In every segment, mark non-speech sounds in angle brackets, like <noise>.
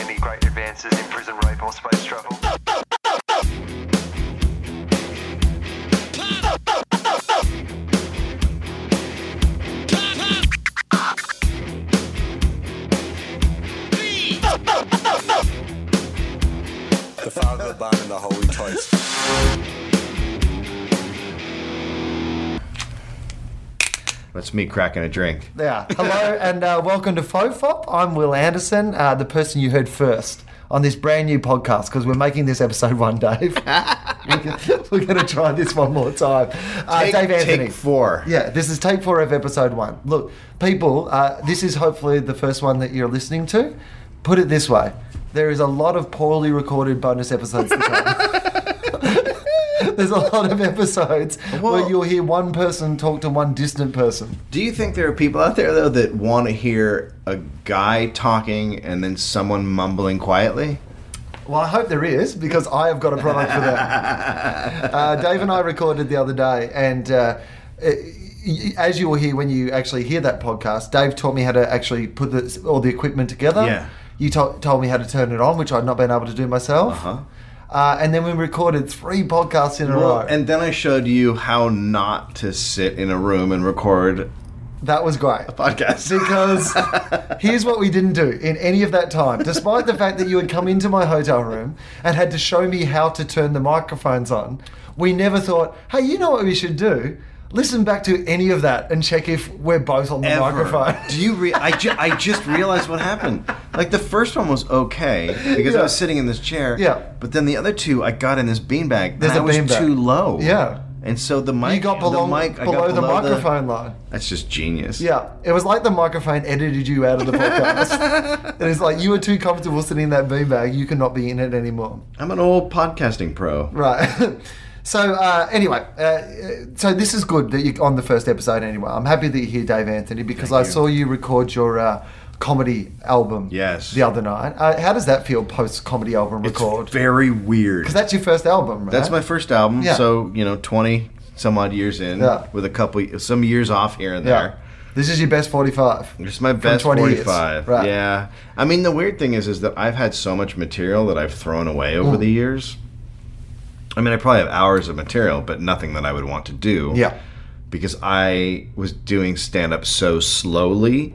any great advances in prison rape or space travel. The Father, the Son, and the Holy Ghost. That's me cracking a drink. Yeah. Hello and uh, welcome to FOFOP. I'm Will Anderson, uh, the person you heard first on this brand new podcast because we're making this episode <laughs> one, Dave. we're going to try this one more time. Uh, Take- Dave take Anthony. four. Yeah, this is take four of episode one. Look, people, uh, this is hopefully the first one that you're listening to. Put it this way there is a lot of poorly recorded bonus episodes <laughs> to come. <laughs> There's a lot of episodes Well- where you'll hear one person talk to one distant person. Do you think there are people out there though that want to hear a guy talking and then someone mumbling quietly? Well, I hope there is because I have got a product for <laughs> that. uh, Dave and I recorded the other day, and uh, y- y- as you will hear when you actually hear that podcast, Dave taught me how to actually put the, all the equipment together. Yeah. You to- told me how to turn it on, which I'd not been able to do myself. Uh-huh. Uh, and then we recorded three podcasts in a Well, row. and then I showed you how not to sit in a room and record that was great. podcasts. because here's what we didn't do in any of that time. Despite the fact that you had come into my hotel room and had to show me how to turn the microphones on, we never thought, hey, you know what we should do? Listen back to any of that and check if we're both on the Ever. microphone. Do you? Re- I, ju- I just realized what happened. Like the first one was okay because I Yeah. was sitting in this chair. Yeah. But then the other two, I got in this beanbag. There's and I a was beanbag. too low. Yeah. And so the mic. <laughs> you got the below, mic, I got below the below microphone line. That's just genius. Yeah, it was like the microphone edited you out of <laughs> the podcast. it is like you were too comfortable sitting in that beanbag. You cannot be in it anymore. I'm an old podcasting pro. Right. <laughs> So uh, anyway, uh, so this is good that you're on the first episode. Anyway, I'm happy that you're here, Dave Anthony, because I saw you record your uh, comedy album. Yes. The other night. Uh, how does that feel post comedy album It's record? Because very weird. that's your first album, right? That's my first album. Yeah. So you know, 20 some odd years in, Yeah. with a couple some years off here and yeah. there. This is your best 45. It's my best 20 years, 45. right. Yeah. I mean, the weird thing is, is that I've had so much material that I've thrown away over Hmm. the years. I mean, I probably have hours of material, but nothing that I would want to do. Yeah. Because I was doing stand up so slowly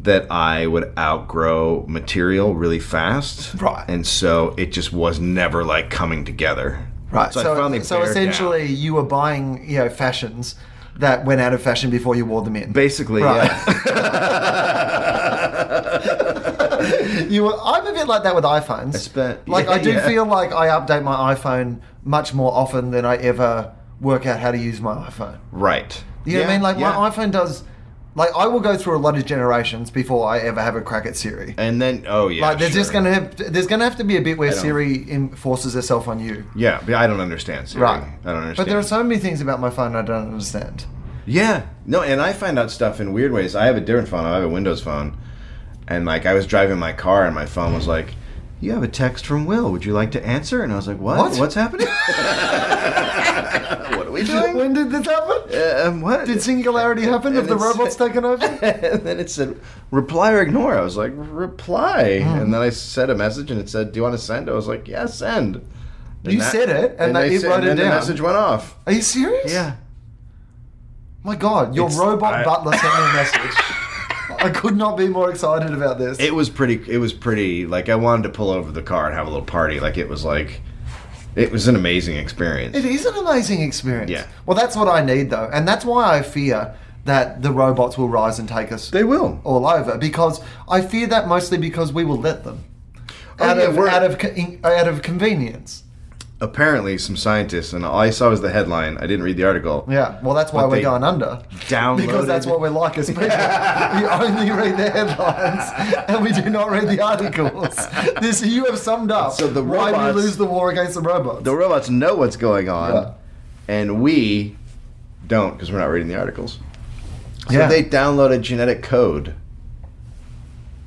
that I would outgrow material really fast. Right. And so it just was never like coming together. Right. So I So, finally so bared essentially, you were buying you know fashions that went out of fashion before you wore them in. Basically, Right. yeah. you were, I'm a bit like that with iPhones. I spent- like I do yeah. feel like I update my iPhone much more often than I ever work out how to use my iPhone. <laughs> Right. You know what I Yeah, mean? Like yeah. my iPhone does. Like I will go through a lot of generations before I ever have a crack at Siri. And then, oh yeah. like there's just sure. gonna have there's gonna have to be a bit where don't- Siri enforces herself on you. Yeah, but I don't understand. Siri. Right. I don't understand. But there are so many things about my phone I don't understand. Yeah. No, and I find out stuff in weird ways. I have a different phone. I have a Windows phone, and like I was driving my car, and my phone was like, "You have a text from Will. Would you like to answer?" And I was like, "What? What? What's <laughs> happening? what are we doing? when did this happen? Uh, um, what Did singularity happen? Have And the it's- <laughs> robots taken over? and then it said reply or ignore. I was like, reply. Mm-hmm. And then I sent a message and it said, Do you want to send? I was like, Yeah, send. And You said it, and they- it said- wrote it and then down. the message went off. Are you serious? Yeah. My God, your It's- robot I- butler sent me a message. <laughs> I could not be more excited about this. It was pretty it was pretty like I wanted to pull over the car and have a little party. Like it was like it was an amazing experience. it is an amazing experience. Yeah. Well, that's what I need though, and that's why I fear that the robots will rise and take us They will. all over because I fear that mostly because we will let them Oh, out yeah, of we're- out of co- in- out of convenience. apparently some scientists, and all I saw was the headline. I didn't read the article. Yeah, well, that's why But we're they going under. downloaded- Because that's what we're like as <laughs> people. we only read the headlines and we do not read the articles. This You have summed up So the why robots- we lose the war against the robots. The robots know what's going on, Yeah. and we don't because we're not reading the articles. So Yeah. they downloaded genetic code.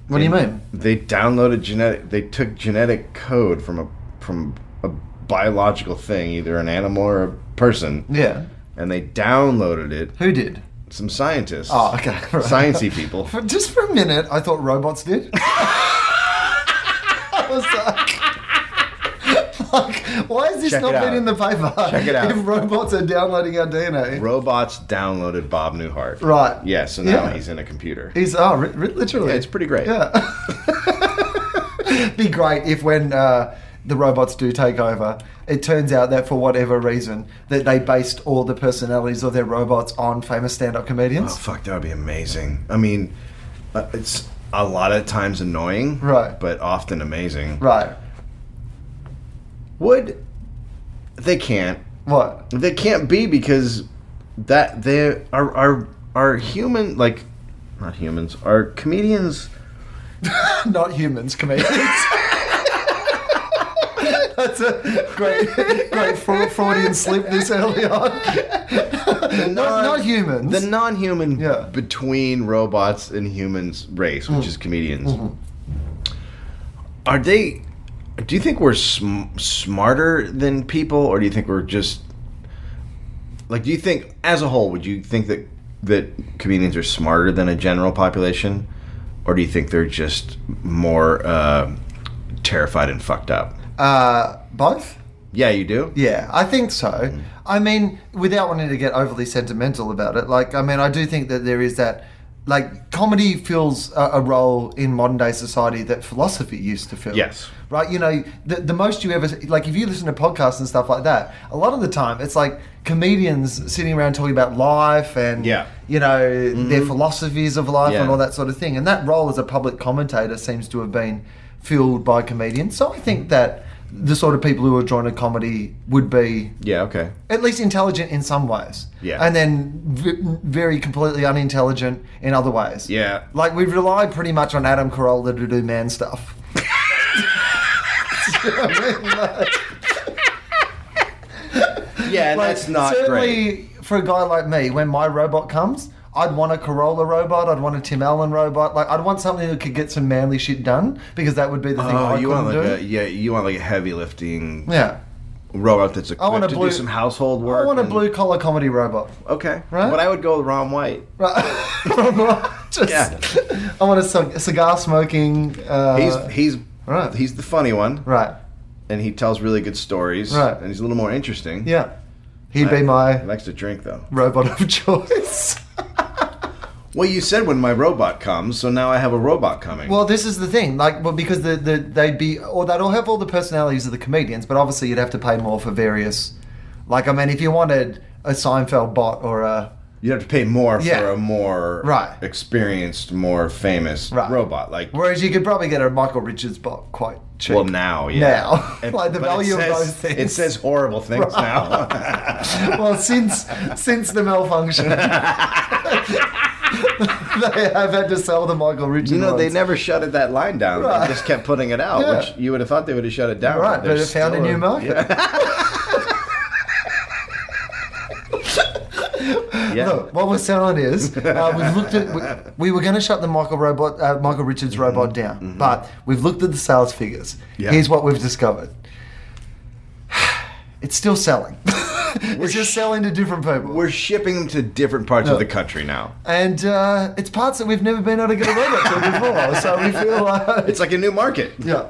what do you mean? They downloaded genetic. They took genetic code from a from a biological thing, either an animal or a person, Yeah. and they downloaded it. Who did? Some scientists. Oh, okay. <laughs> Right. Sciencey <laughs> people. For, just for a minute, I thought robots did. <laughs> I was like- like, why has this Check not it been out. in the paper? Check it out. <laughs> If robots are downloading our DNA. Robots downloaded Bob Newhart. Right. Yeah, so now Yeah. he's in a computer. He's oh, ri- ri- literally. Yeah, it's pretty great. Yeah. Be great if when uh, the robots do take over, it turns out that for whatever reason that they based all the personalities of their robots on famous stand-up Oh comedians. fuck, that would be amazing. I mean, uh, it's a lot of times annoying, Right. But often amazing. Right. Would they can't? What? <laughs> They can't be because that they are are are human like not humans are comedians. Not humans, comedians. <laughs> That's a great, great Fra- Freudian slip this early on. <laughs> The Not, not humans. The non-human Yeah. Mm. between robots and humans race, which is comedians. Mm-hmm. Are they? Do you think we're sm- smarter than people, or do you think we're just like? Do you think, as a whole, would you think that that comedians are smarter than a general population, or do you think they're just more uh, terrified and fucked up? uh, both. Yeah, you do. Yeah, I think so. Mm. I mean, without wanting to get overly sentimental about it, like, I mean, I do think that there is that, like, comedy fills a, a role in modern day society that philosophy used to fill. Yes. Right? You know, the, the most you ever, like, if you listen to podcasts and stuff like that, a lot of the time it's like comedians sitting around talking about life and, Yeah. you know, their philosophies of life and Mm-hmm. Yeah. all that sort of thing. And that role as a public commentator seems to have been filled by comedians. So I think that the sort of people who are drawn to comedy would be Yeah. Okay. at least intelligent in some ways. Yeah. And then v- very completely unintelligent in other ways. Yeah. Like we relied pretty much on Adam Carolla to do man stuff. Yeah, and Like, that's not certainly great. for a guy like me, when my robot comes, I'd want a Corolla robot. I'd want a Tim Allen robot. Like I'd want something that could get some manly shit done because that would be the thing Oh, I you couldn't want like do. a yeah, you want like a heavy lifting yeah. robot that's equipped I want a to blue- do some household work. I want a and- blue collar comedy robot. Okay, Right? But I would go with Ron White. Right. <laughs> Just, Yeah. I want a cig- cigar smoking. Uh, He's he's right. he's the funny one, right. and he tells really good stories, Right. And he's a little more interesting. Yeah. He'd be He my likes to drink though. robot of <laughs> choice. Well, you said when my robot comes, so now I have a robot coming. Well, this is the thing, like, well, because the, the they'd be, or they'd all have all the personalities of the comedians, but obviously you'd have to pay more for various. Like, I mean, if you wanted a Seinfeld bot or a you'd have to pay more Yeah. for a more Right. experienced, more famous Right. robot. Like Whereas you could probably get a Michael Richards bot quite cheap. well now, yeah. Now. <laughs> Like, the but it value of says- those things. It says horrible <laughs> things now. <laughs> <laughs> well, since since the malfunction, <laughs> they have had to sell the Michael Richards. You know, they ones. never shutted that line down. Right. They just kept putting it out, Yeah. which you would have thought they would have shut it down. Right, but it there's found a still new market. Yeah. Yeah. Look, what we're selling is <laughs> uh, we've looked at we, we were going to shut the Michael robot uh, Michael Richards robot down, but we've looked at the sales figures. Mm-hmm. Yeah. Here's what we've discovered: <sighs> it's still selling. <laughs> it's just selling to different people, We're shipping them to different parts No. of the country now. and uh, it's parts that we've never been able to get a robot <laughs> to before. So we feel like It's like a new market. <laughs> yeah.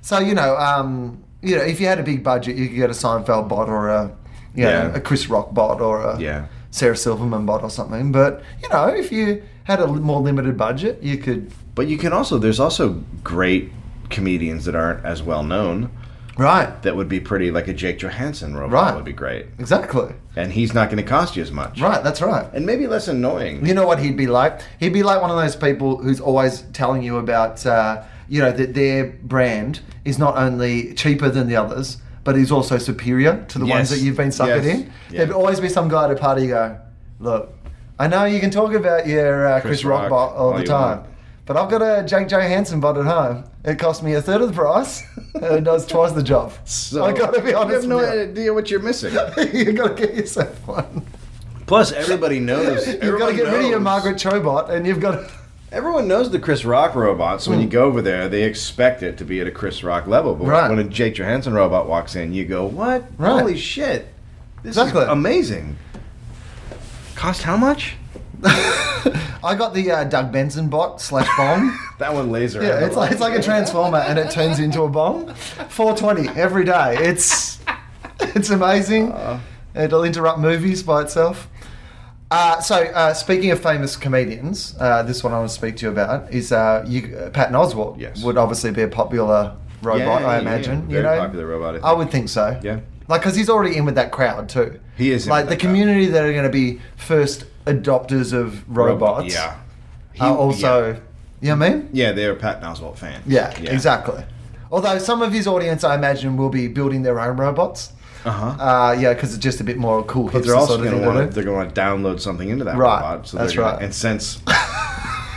So you know, um, you know, if you had a big budget, you could get a Seinfeld bot or a, you know, Yeah. a Chris Rock bot or a Yeah. Sarah Silverman bot or something. But you know, if you had a li- more limited budget, you could But you can also, there's also great comedians that aren't as well known right that would be pretty, like a Jake Johansson robot Right. would be great. exactly And he's not going to cost you as much. right. That's right. And maybe less annoying. You know what he'd be like? He'd be like one of those people who's always telling you about, uh, you know, that their brand is not only cheaper than the others, but he's also superior to the Yes. ones that you've been suckered Yes. in. Yeah. There'd always be some guy at a party go, look, I know you can talk about your uh, Chris, Chris Rock, Rock bot all all the you time. want. But I've got a Jake Johansson bot at home. It cost me a third of the price <laughs> and does twice the job. So I gotta be honest. You have no with idea what you're <laughs> missing. you. you gotta get yourself one. Plus, everybody knows. You've got to everyone get rid of your knows- Margaret Cho bot, and you've got to. Everyone knows the Chris Rock robot, so when you go over there, they expect it to be at a Chris Rock level. But Hmm. Right. when a Jake Johansson robot walks in, you go, "What? Right. Holy shit! This Exactly. is amazing." Cost how much? I got the uh, Doug Benson bot slash <laughs> bomb. That one laser. yeah, it's like it's like a transformer, and it turns into a bomb. 420 every day. It's it's amazing. Uh. It'll interrupt movies by itself. Uh, so, uh, speaking of famous comedians, uh, this one I want to speak to you about is uh, you, uh, Patton Oswalt. Yes. Would obviously be a popular robot, Yeah, I yeah, imagine. yeah. you Very know? popular robot, I I think. would think so. Yeah. Like, because he's already in with that crowd too. He is in Like with the that crowd. community that are going to be first adopters of robots. Yeah. He- Are Uh, also, yeah. you know what I mean? Yeah, they're Patton Oswalt fans. Yeah, exactly. Although some of his audience, I imagine, will be building their own robots. Uh-huh. Uh, yeah, because it's just a bit more cool. But they're hipster also sort of going thing to want to. do. They're going to download something into that Right, robot. So that's they're gonna- right. And since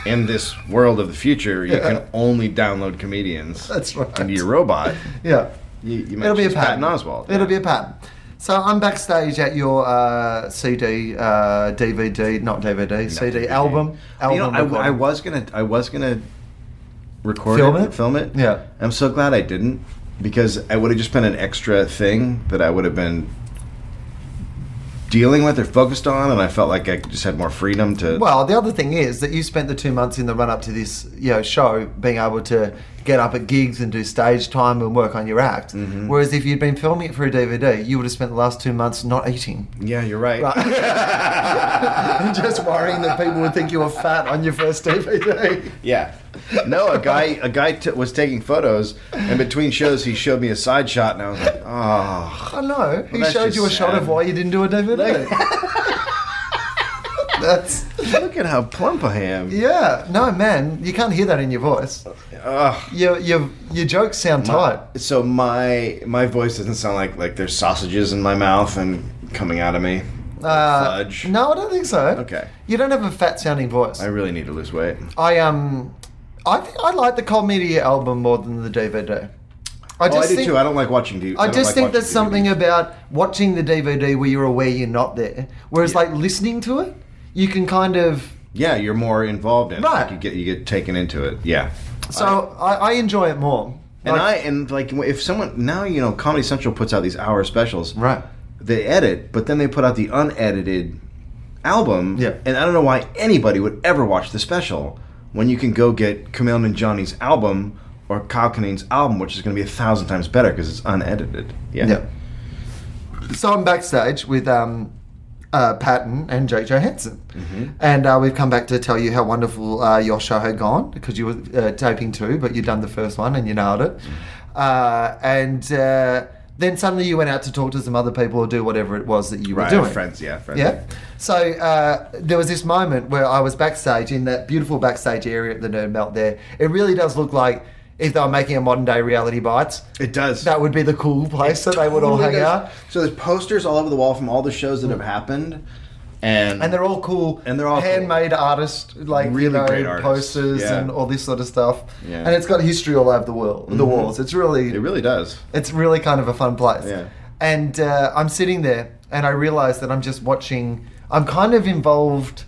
in this world of the future, you Yeah. can only download comedians. <laughs> That's right. Into your robot. Yeah, You, you it'll be a mentioned pattern. Patton Oswalt. It'll be a pattern. So I'm backstage at your uh, CD, uh, DVD, not DVD, CD DVD. album. You album know, I, I recording. was gonna, I was gonna record Film it, it? film it. Yeah. I'm so glad I didn't because I would have just been an extra thing that I would have been dealing with or focused on, and I felt like I just had more freedom to. Well, the other thing is that you spent the two months in the run up to this, you know, show being able to get up at gigs and do stage time and work on your act. Whereas if you'd been filming it for a DVD, you would have spent the last two months not <laughs> eating yeah, you're right. and just worrying that people would think you were fat on your first DVD. Yeah. No, a guy a guy t- was taking photos, and between shows he showed me a side shot, and I was like, oh. <laughs> I know. He that's showed just you a shot sad. of why you didn't do a DVD. <laughs> That's Look at how plump I am. yeah. No, man, you can't hear that in your voice. Ugh. Your your your jokes sound tight. So my my voice doesn't sound like like there's sausages in my mouth and coming out of me. Uh, Fudge. No, I don't think so. Okay. You don't have a fat sounding voice. I really need to lose weight. I um, I think I like the comedy album more than the DVD. I oh, I do think, too. I don't like watching TV. I just think that's there's something about watching the DVD where you're aware you're not there, whereas Yeah. like listening to it, you can kind of. Yeah, you're more involved in. it. Right. Like you get you get taken into it. Yeah. So I, I enjoy it more. And I Like- and like if someone now you know Comedy Central puts out these hour specials. right. they edit, but then they put out the unedited album. Yeah. And I don't know why anybody would ever watch the special when you can go get Camille and Johnny's album or Kyle Kinane's album, which is going to be a thousand times better because it's unedited. Yeah. Yeah. So I'm backstage with um, uh, Patton and Jake Johansson, and uh, we've come back to tell you how wonderful uh, your show had gone because you were uh, taping two, but you'd done the first one and you nailed it. Uh, and uh, then suddenly you went out to talk to some other people or do whatever it was that you Right. were doing. Friends. Yeah. Friends. Yeah. So uh, there was this moment where I was backstage in that beautiful backstage area at the Nerd Melt. There, it really does look like if they were making a modern day reality bites, It does. that would be the cool place that they would all hang Totally does. out. So there's posters all over the wall from all the shows that have happened, and And they're all cool. And they're all cool. handmade artists, like Really you know, great artists. posters Yeah. and all this sort of stuff. Yeah. Mm-hmm. And it's got history all over the world, the walls. It's really, it really does. it's really kind of a fun place. Yeah. And uh, I'm sitting there, and I realize that I'm just watching. I'm kind of involved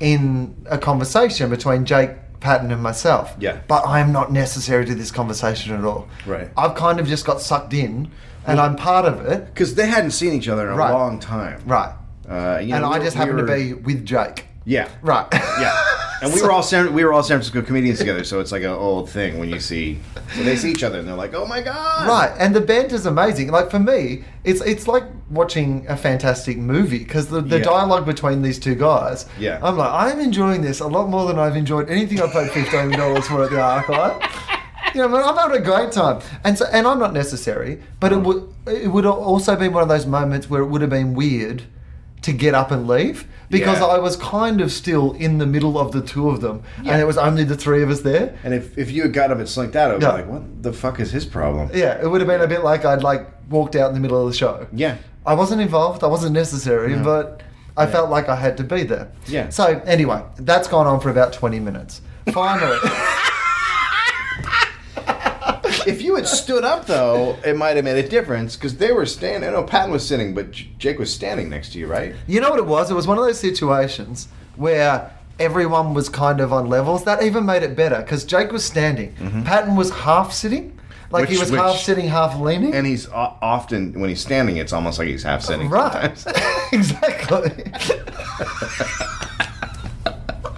in a conversation between Jake Patton and myself. Yeah. But I am not necessary to this conversation at all. Right. I've kind of just got sucked in, and I'm part of it. Because they hadn't seen each other in a Right. long time. Right. Uh, you know, and we I were- just we happened were- to be with Jake. Yeah. Right. <laughs> Yeah. And we were all San, we were all San Francisco comedians together, so it's like an old thing when you see so they see each other and they're like, "Oh my god!" Right, and the banter's amazing. Like for me, it's it's like watching a fantastic movie because the, the Yeah. dialogue between these two guys. Yeah. I'm like, I'm enjoying this a lot more than I've enjoyed anything I paid fifteen dollars for at <laughs> the archive. You know, I'm having a great time, and so and I'm not necessary, but it would it would have also been one of those moments where it would have been weird to get up and leave because Yeah. I was kind of still in the middle of the two of them, and it was only the three of us there. And if, if you had got up and slinked out, I was Yeah. like, what the fuck is his problem? Yeah, it would have been a bit like I'd like walked out in the middle of the show. Yeah. I wasn't involved. I wasn't necessary, but I felt like I had to be there. Yeah. So anyway, that's gone on for about twenty minutes. Finally, <laughs> If you had stood up, though, it might have made a difference because they were standing. I know Patton was sitting, but J- Jake was standing next to you, right? you know what it was? It was one of those situations where everyone was kind of on levels. That even made it better because Jake was standing, Patton was half sitting, like he Mm-hmm. Which- was which- half sitting, half leaning. And he's o- often, when he's standing, it's almost like he's half sitting. <laughs> Right. exactly.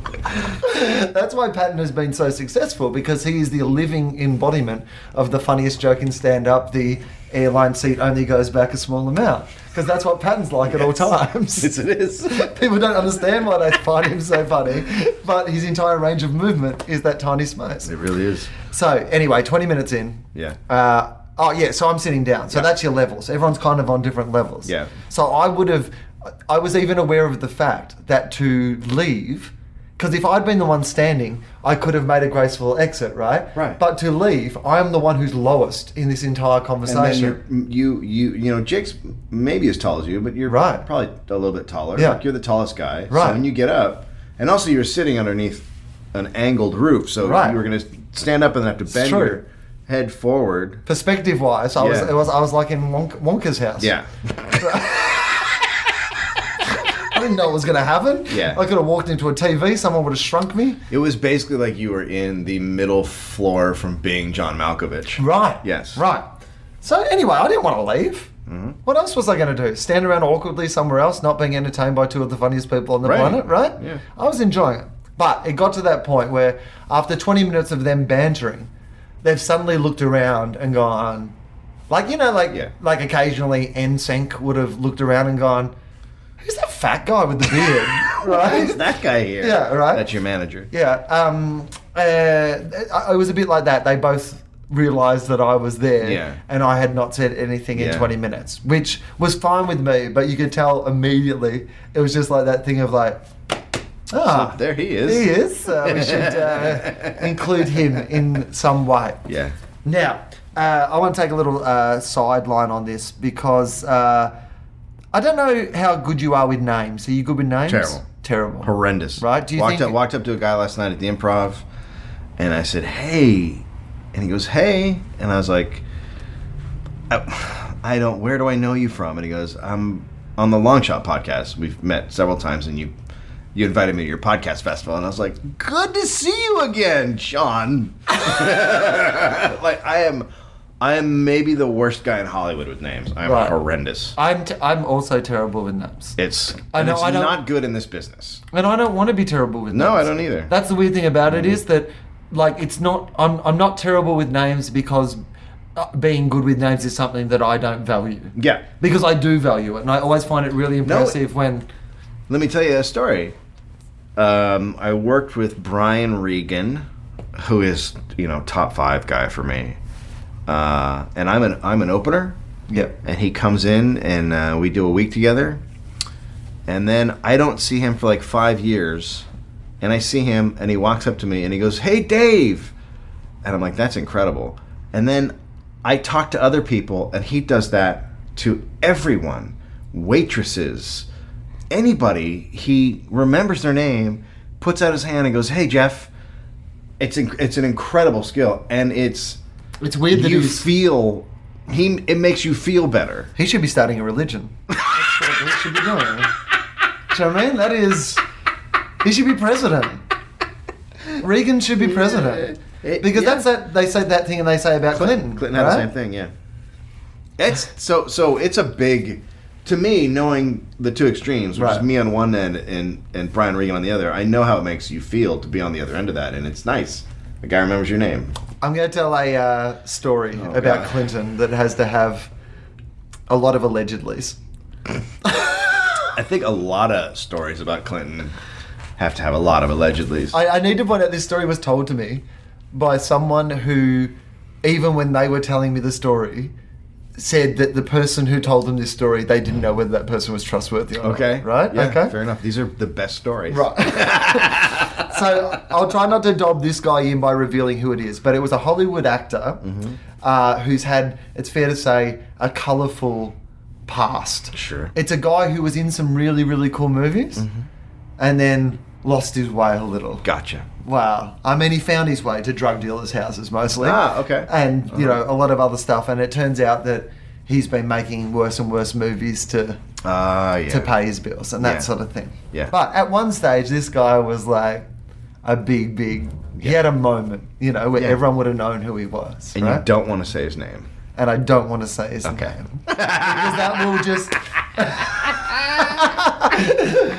That's why Patton has been so successful because he is the living embodiment of the funniest joke in stand up the airline seat only goes back a small amount. Because that's what Patton's like at all times. <laughs> Yes, it is. <laughs> People don't understand why they find him so funny, but his entire range of movement is that tiny space. It really is. So, anyway, 20 minutes in, Yeah. uh, oh yeah, so I'm sitting down. So that's your level. So everyone's kind of on different levels. Yeah. So I would have, I was even aware of the fact that to leave, because if I'd been the one standing, I could have made a graceful exit, right? Right. But to leave, I'm the one who's lowest in this entire and then you're, conversation. you you you know Jake's maybe as tall as you, but you're Right. probably a little bit taller. Yeah. Like, you're the tallest guy. Right. So when you get up, and also you're sitting underneath an angled roof, so Right. you were going to stand up and then have to bend true. your head forward. Perspective wise, I was Yeah. it was I was like in Wonk, Wonka's house. Yeah. I didn't know what was going to happen. Yeah. I could have walked into a TV. Someone would have shrunk me. It was basically like you were in the middle floor from being John Malkovich. Right. Yes. Mm-hmm. Right. So anyway, I didn't want to leave. What else was I going to do? Stand around awkwardly somewhere else, not being entertained by two of the funniest people on the Right. planet, right? Yeah. I was enjoying it. But it got to that point where after 20 minutes of them bantering, they've suddenly looked around and gone, like, you know, like, Yeah. like occasionally NSYNC would have looked around and gone, who's that fat guy with the <laughs> beard, right? Who's that guy here? Yeah, right. That's your manager. Yeah, um, uh, I- it was a bit like that. They both realised that I was there, Yeah. and I had not said anything in Yeah. 20 minutes, which was fine with me. But you could tell immediately it was just like that thing of like, ah, There he is. he is. Uh, we should <laughs> uh, include him in some way. Yeah. Now, uh, I want to take a little uh, sideline on this because uh, I don't know how good you are with names. Are you good with names? Terrible. Terrible. Horrendous. Right? Do you walked think- up walked up to a guy last night at the improv and I said, Hey and he goes, Hey and I was like I, I don't where do I know you from? And he goes, I'm on the Long Shot podcast. We've met several times and you you invited me to your podcast festival and I was like, Good to see you again, Sean. <laughs> like I am I am maybe the worst guy in Hollywood with names. I'm Right. horrendous. I'm t- I'm also terrible with names, It's I and know, it's I don't- not good in this business. and I don't want to be terrible with names. No, I don't Mm. either. That's the weird thing about it is that like it's not I'm I'm not terrible with names because uh, being good with names is something that I don't value. yeah. Because I do value it, and I always find it really impressive when Let me tell you a story. Um, I worked with Brian Regan, who is you know top five guy for me, uh, and I'm an I'm an opener, yeah and he comes in and uh, we do a week together, and then I don't see him for like five years, and I see him and he walks up to me and he goes, "Hey Dave," and I'm like, "That's incredible," and then I talk to other people and he does that to everyone, waitresses anybody, he remembers their name, puts out his hand and goes, "Hey, Jeff." It's in, it's an incredible skill, and it's it's weird that you he's, feel he it makes you feel better. he should be starting a religion. <laughs> That's what he should <laughs> be doing. Do you know what I mean? That is, he should be president. Reagan should be president It- because yeah. that's that they say that thing and they say about Clinton. Clinton had the right? same thing, yeah. It's so so. It's a big to me knowing the two extremes, which Right. is me on one end and and Brian Regan on the other. I know how it makes you feel to be on the other end of that, and it's nice. The guy remembers your name. I'm going to tell a uh, story about Oh, God. Clinton that has to have a lot of allegedlys. I think a lot of stories about Clinton have to have a lot of allegedlys. I, I need to point out this story was told to me by someone who, even when they were telling me the story, said that the person who told them this story, they didn't know whether that person was trustworthy or Okay. not. Right? Yeah, okay. Fair enough. These are the best stories. Right. <laughs> so I'll try not to dob this guy in by revealing who it is, but it was a Hollywood actor Mm-hmm. uh, who's had, it's fair to say, a colourful past. Sure. It's a guy who was in some really, really cool movies Mm-hmm. and then lost his way a little. Gotcha. Wow. I mean, he found his way to drug dealers' houses mostly. Ah, okay. And, you know, a lot of other stuff. And it turns out that he's been making worse and worse movies to Ah, yeah. to pay his bills and that Yeah. sort of thing. Yeah. But at one stage, this guy was like a big, big. He had a moment, you know, where Yeah. everyone would have known who he was. And right? you don't want to say his name. And I don't want to say his Okay. name <laughs> because that will just. <laughs>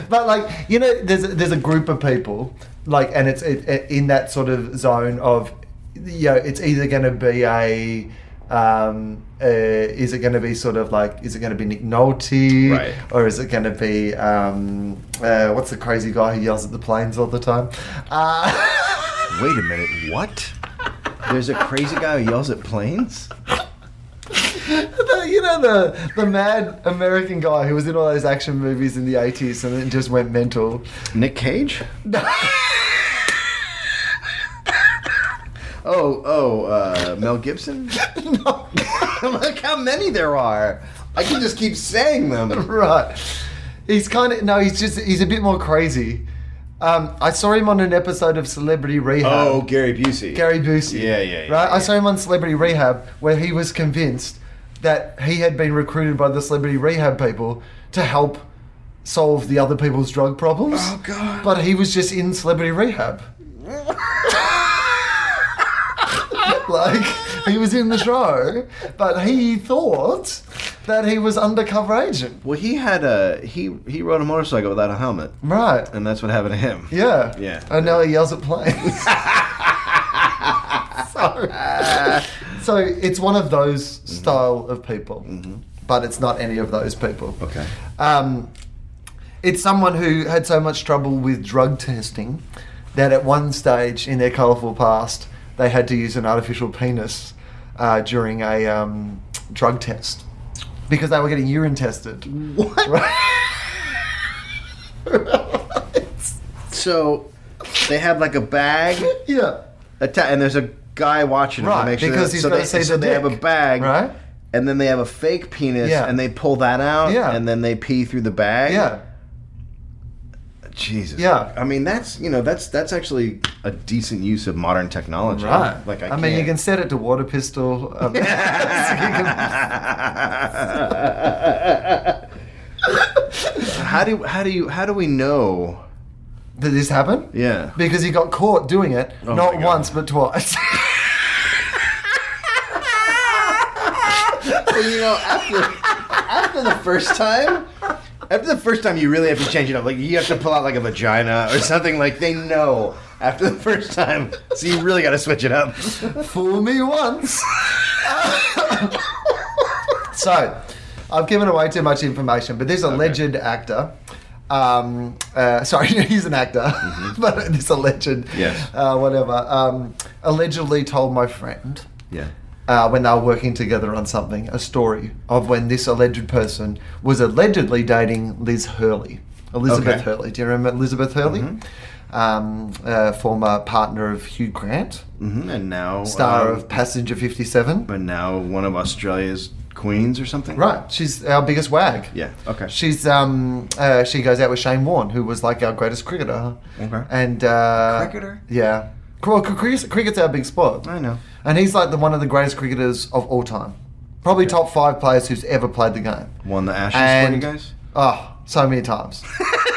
but like you know, there's a, there's a group of people like, and it's it, it- in that sort of zone of, you know, it's either going to be a. Um, uh, is it going to be sort of like? Is it going to be Nick Nolte, Right. or is it going to be um, uh, what's the crazy guy who yells at the planes all the time? Uh, <laughs> Wait a minute. What? There's a crazy guy who yells at planes? The- you know the the mad American guy who was in all those action movies in the eighties and then just went mental. Nick <laughs> Cage? oh, oh, uh, Mel Gibson? <laughs> Look how many there are. I can just keep saying them. Right. He's kind of no. He's just he's a bit more crazy. Um, I saw him on an episode of Celebrity Rehab. Oh, Gary Busey. Gary Busey. Yeah, yeah, yeah, Right. yeah. I saw him on Celebrity Rehab where he was convinced that he had been recruited by the Celebrity Rehab people to help solve the other people's drug problems. Oh, God. But he was just in <laughs> Celebrity Rehab. like he was in the show, but he thought that he was undercover agent. Well, he had a he he rode a motorcycle without a helmet, Right. and that's what happened to him. Yeah. Yeah. And now he yells <laughs> at planes. <laughs> so, so it's one of those Mm-hmm. style of people, but it's not any of those people. Okay. Um, it's someone who had so much trouble with drug testing that at one stage in their colourful past, they had to use an artificial penis uh, during a um, drug test because they were getting urine tested. What? so they have like a bag, <laughs> Yeah. atta- and there's a guy watching them Right, to make sure. because that, he's so gotta they, see so the they have a dick, bag, right? And then they have a fake penis, Yeah. and they pull that out, Yeah. and then they pee through the bag. Yeah. Jesus. Yeah. I mean, that's you know that's that's actually a decent use of modern technology. Right. Um, Like I, mean, you can't- can set it to <laughs> water pistol. Um, <laughs> you can- <laughs> how do how do you how do we know? Did this happen? Yeah. Because he got caught doing it, Oh not my God. once but twice. <laughs> Well, you know, after after the first time, after the first time, you really have to change it up. Like you have to pull out like a vagina or something. Like they know after the first time, so you really got to switch it up. Fool me once. <laughs> so, I've given away too much information, but this alleged actor. Um, uh, sorry, <laughs> he's an actor, <laughs> but this alleged, Mm-hmm. Yes. uh, whatever, um, allegedly told my friend Yeah. uh, when they were working together on something, a story of when this alleged person was allegedly dating Liz Hurley. Elizabeth Okay. Mm-hmm. Hurley. Do you remember Elizabeth Hurley? Um, uh, former partner of Hugh Grant, hmm And now star um, of Passenger 57. but now one of Australia's queens or something. Right, she's our biggest wag. Yeah. Okay. She's um uh, she goes out with Shane Warne, who was like our greatest cricketer. Okay. And uh, Cricketer? Yeah. Well, cr- cricket's cricket's our big sport. I know. And he's like the one of the greatest cricketers of all time. Probably top five players who's ever played the game. Won the Ashes for you And guys. oh, so <laughs> many times.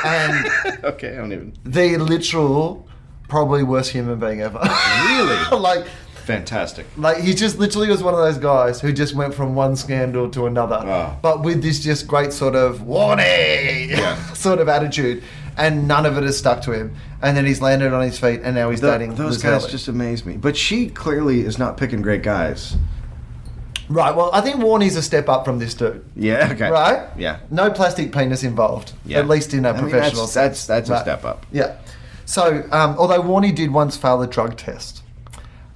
and Okay. I don't even. the literal, probably worst human being ever. Really? <laughs> like. Fantastic. Like he just literally was one of those guys who just went from one scandal to another, Ah. but with this just great sort of warning Yeah. <laughs> sort of attitude, and none of it has stuck to him. And then he's landed on his feet, and now he's Th- dating those Liz guys Hurley. just amaze me. But she clearly is not picking great guys. right. Well, I think Warney's a step up from this dude, Yeah. Okay. right? Yeah. No plastic penis involved, Yeah. at least in I a mean, professional that's, sense. that's that's a Right. step up. Yeah. So, um, although Warney did once fail a drug test,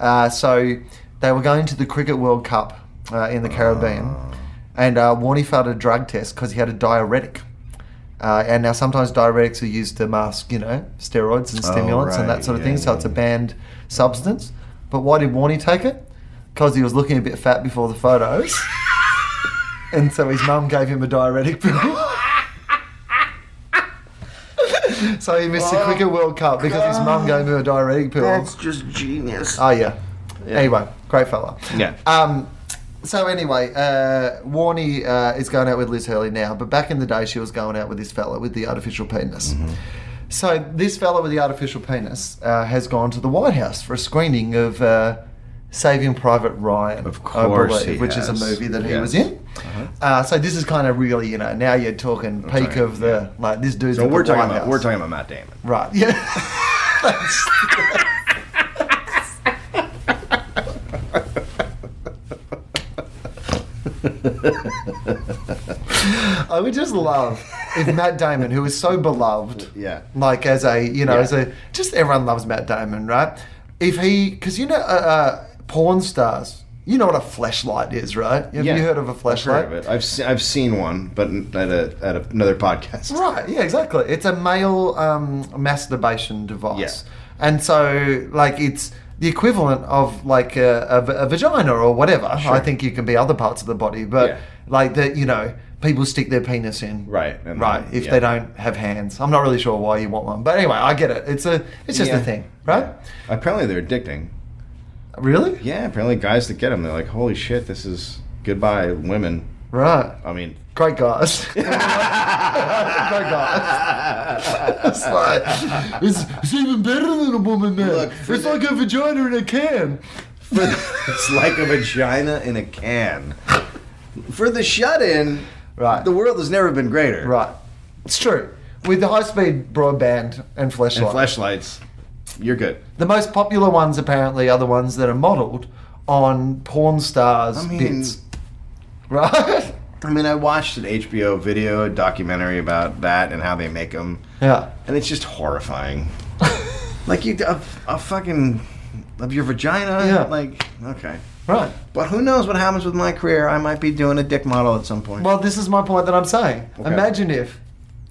uh, so they were going to the Cricket World Cup uh, in the Caribbean, Ah. and uh, Warney failed a drug test because he had a diuretic. Uh, and now sometimes diuretics are used to mask, you know, steroids and stimulants and Oh, right, that sort of yeah, thing. So yeah, it's a yeah. banned substance. But why did Warney take it? Because he was looking a bit fat before the photos. and so his mum gave him a diuretic pill. so he missed the Cricket World Cup because his mum gave him a diuretic pill. just genius. Oh yeah. Anyway, great fella. Yeah. Um, so anyway, uh, Warney uh, is going out with Liz Hurley now, but back in the day she was going out with this fella with the artificial penis. Mm-hmm. So this fella with the artificial penis uh, has gone to the White House for a screening of uh, Saving Private Ryan, Of I course believe, he which is has. a movie that he Yes. Uh-huh. was in. uh so this is kind of really, you know, now you're talking peak right, of the like this dude's. so at the we're talking White about House. we're talking about Matt Damon. <laughs> Right. Yeah. That's- I would just love if Matt Damon, who is so beloved, Yeah. like as a you know, Yeah. as a just everyone loves Matt Damon, right? If he, because you know, uh, uh, porn stars, you know what a flashlight is, right? Have Yeah. you heard of a I've heard flashlight? of it. I've se- I've seen one, but n- at a, at a, another podcast. Right. Yeah. Exactly. It's a male um, masturbation device, Yeah. and so like it's the equivalent of like a, a v- a vagina or whatever. I think you can be other parts of the body, but Yeah. like that, you know, people stick their penis in. Right, and right. then- If yeah. they don't have hands, I'm not really sure why you want one, but anyway, I get it. It's a. It's just Yeah. a thing, right? Yeah. Apparently they're addicting. Really? Yeah, apparently guys that get them, they're like, holy shit, this is goodbye women. Right. I mean, <laughs> Great guys. <laughs> Great guys. it's like, it's, it's even better than a woman, man. Look, for it's the- like a vagina in a can. it's like a vagina in a can. For the shut-in, Right. The world has never been greater. Right. It's true. With the high speed broadband and flashlight. And flashlights, you're good. the most popular ones, apparently, are the ones that are modelled on porn stars' I mean, bits. Right? I mean, I watched an HBO video a documentary about that and how they make them, yeah. and it's just <laughs> horrifying. like you, a, a fucking of your vagina. Yeah. Like okay. Right. But who knows what happens with my career? I might be doing a dick model at some point. Well, this is my point that I'm saying. Okay. Imagine if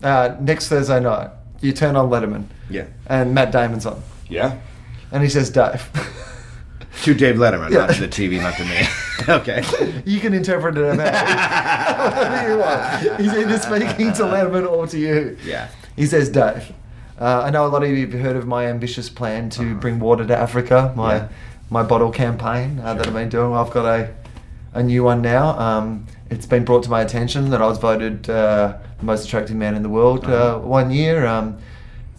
uh, next Thursday night you turn on Letterman yeah. and Matt Damon's on. Yeah. And he says, Dave, To Dave Letterman, Yeah. not to the TV, not to me. <laughs> okay. <laughs> you can interpret it as <laughs> however you want. He's either speaking to Letterman or to you. Yeah. He says, Dave, uh, I know a lot of you have heard of my ambitious plan to bring water to Africa, my, Uh-huh. Yeah. my bottle campaign uh, that I've been doing. I've got a, a new one now. Um, it's been brought to my attention that I was voted uh, the most attractive man in the world Uh-huh. uh one year. Um,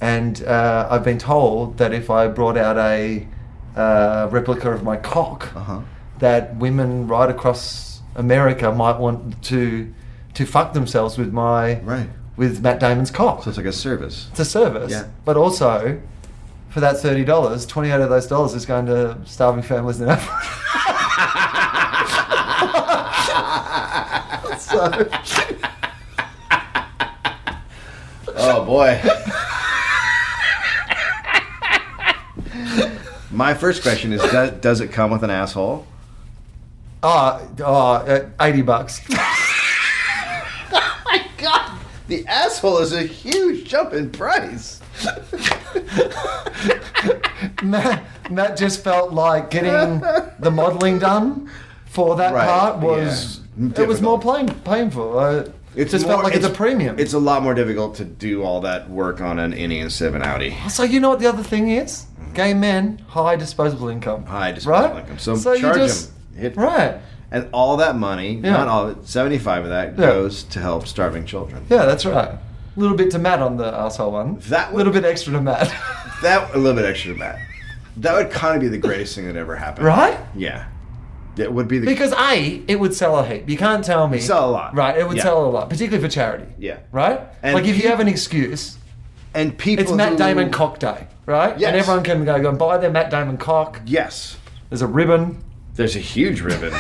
and uh, I've been told that if I brought out a uh, replica of my cock, Uh-huh. that women right across America might want to to fuck themselves with my Right. with Matt Damon's cock. So it's like a service. it's a service, Yeah. but also for that thirty dollars, twenty eight of those dollars is going to starving families in Africa. <laughs> so, Oh boy. <laughs> My first question is: does, does it come with an asshole? oh, oh, uh, 80 bucks. <laughs> The asshole is a huge jump in price. Matt, Matt just felt like getting the modelling done for that Right, part was yeah. it was more Difficult. plain, painful. I It's just felt more- like it's, a premium. It's a lot more difficult to do all that work on an Innie and Seven Audi. so you know what the other thing is? Gay men high disposable income. Mm-hmm. High disposable income. So charge 'em. Hit- right. And all that money, Yeah. not all of it, 75 of that Yeah. goes to help starving children. Yeah, that's right. A little bit to Matt on the asshole one. That a would- little bit extra to Matt. <laughs> That, a little bit extra than that. That would kind of be the greatest thing that ever happened. right? Yeah. That would be the. Because A, it would sell a heap. You can't tell me. sell a lot. Right, it would Yeah. sell a lot, particularly for charity. Yeah. Right? And like if you peop- have an excuse, and people. It's Matt who- Damon cock day, right? Yes. And everyone can go, go and buy their Matt Damon cock. Yes. There's a ribbon, <laughs> There's a huge ribbon.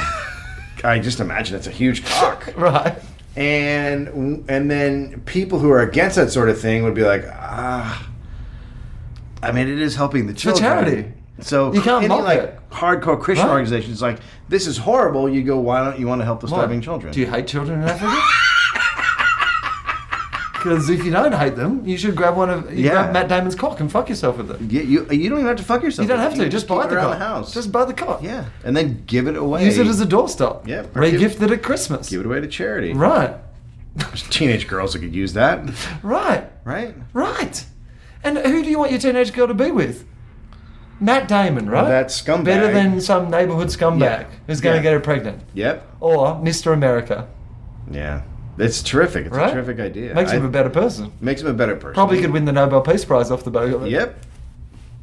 I just imagine it's a huge cock. right? And and then people who are against that sort of thing would be like, ah. I mean, it is helping the For children. charity. So You can't any mock like it. hardcore Christian Right. organizations like this is horrible. You go, why don't you want to help the starving children? Do you hate children in Africa? <laughs> Because if you don't hate them, you should grab one of you Yeah. grab Matt Damon's cock and fuck yourself with it. Yeah, you, you don't even have to fuck yourself. You don't have to. can Just keep buy it the around cock. the house. Just buy the cock. yeah, and then give it away. Use it as a doorstop. Yeah, or Re give- gift it at Christmas. give it away to charity. Right. Teenage girls that could use <laughs> that, Right. right? Right. And who do you want your teenage girl to be with? Matt Damon, right? that scumbag. Better than some neighborhood scumbag Yeah. who's going to Yeah. get her pregnant. Yep. Or Mr. America. Yeah, it's terrific. It's Right? a terrific idea. Makes I- him a better person. Makes him a better person. Probably could win the Nobel Peace Prize off the back of it. Yep.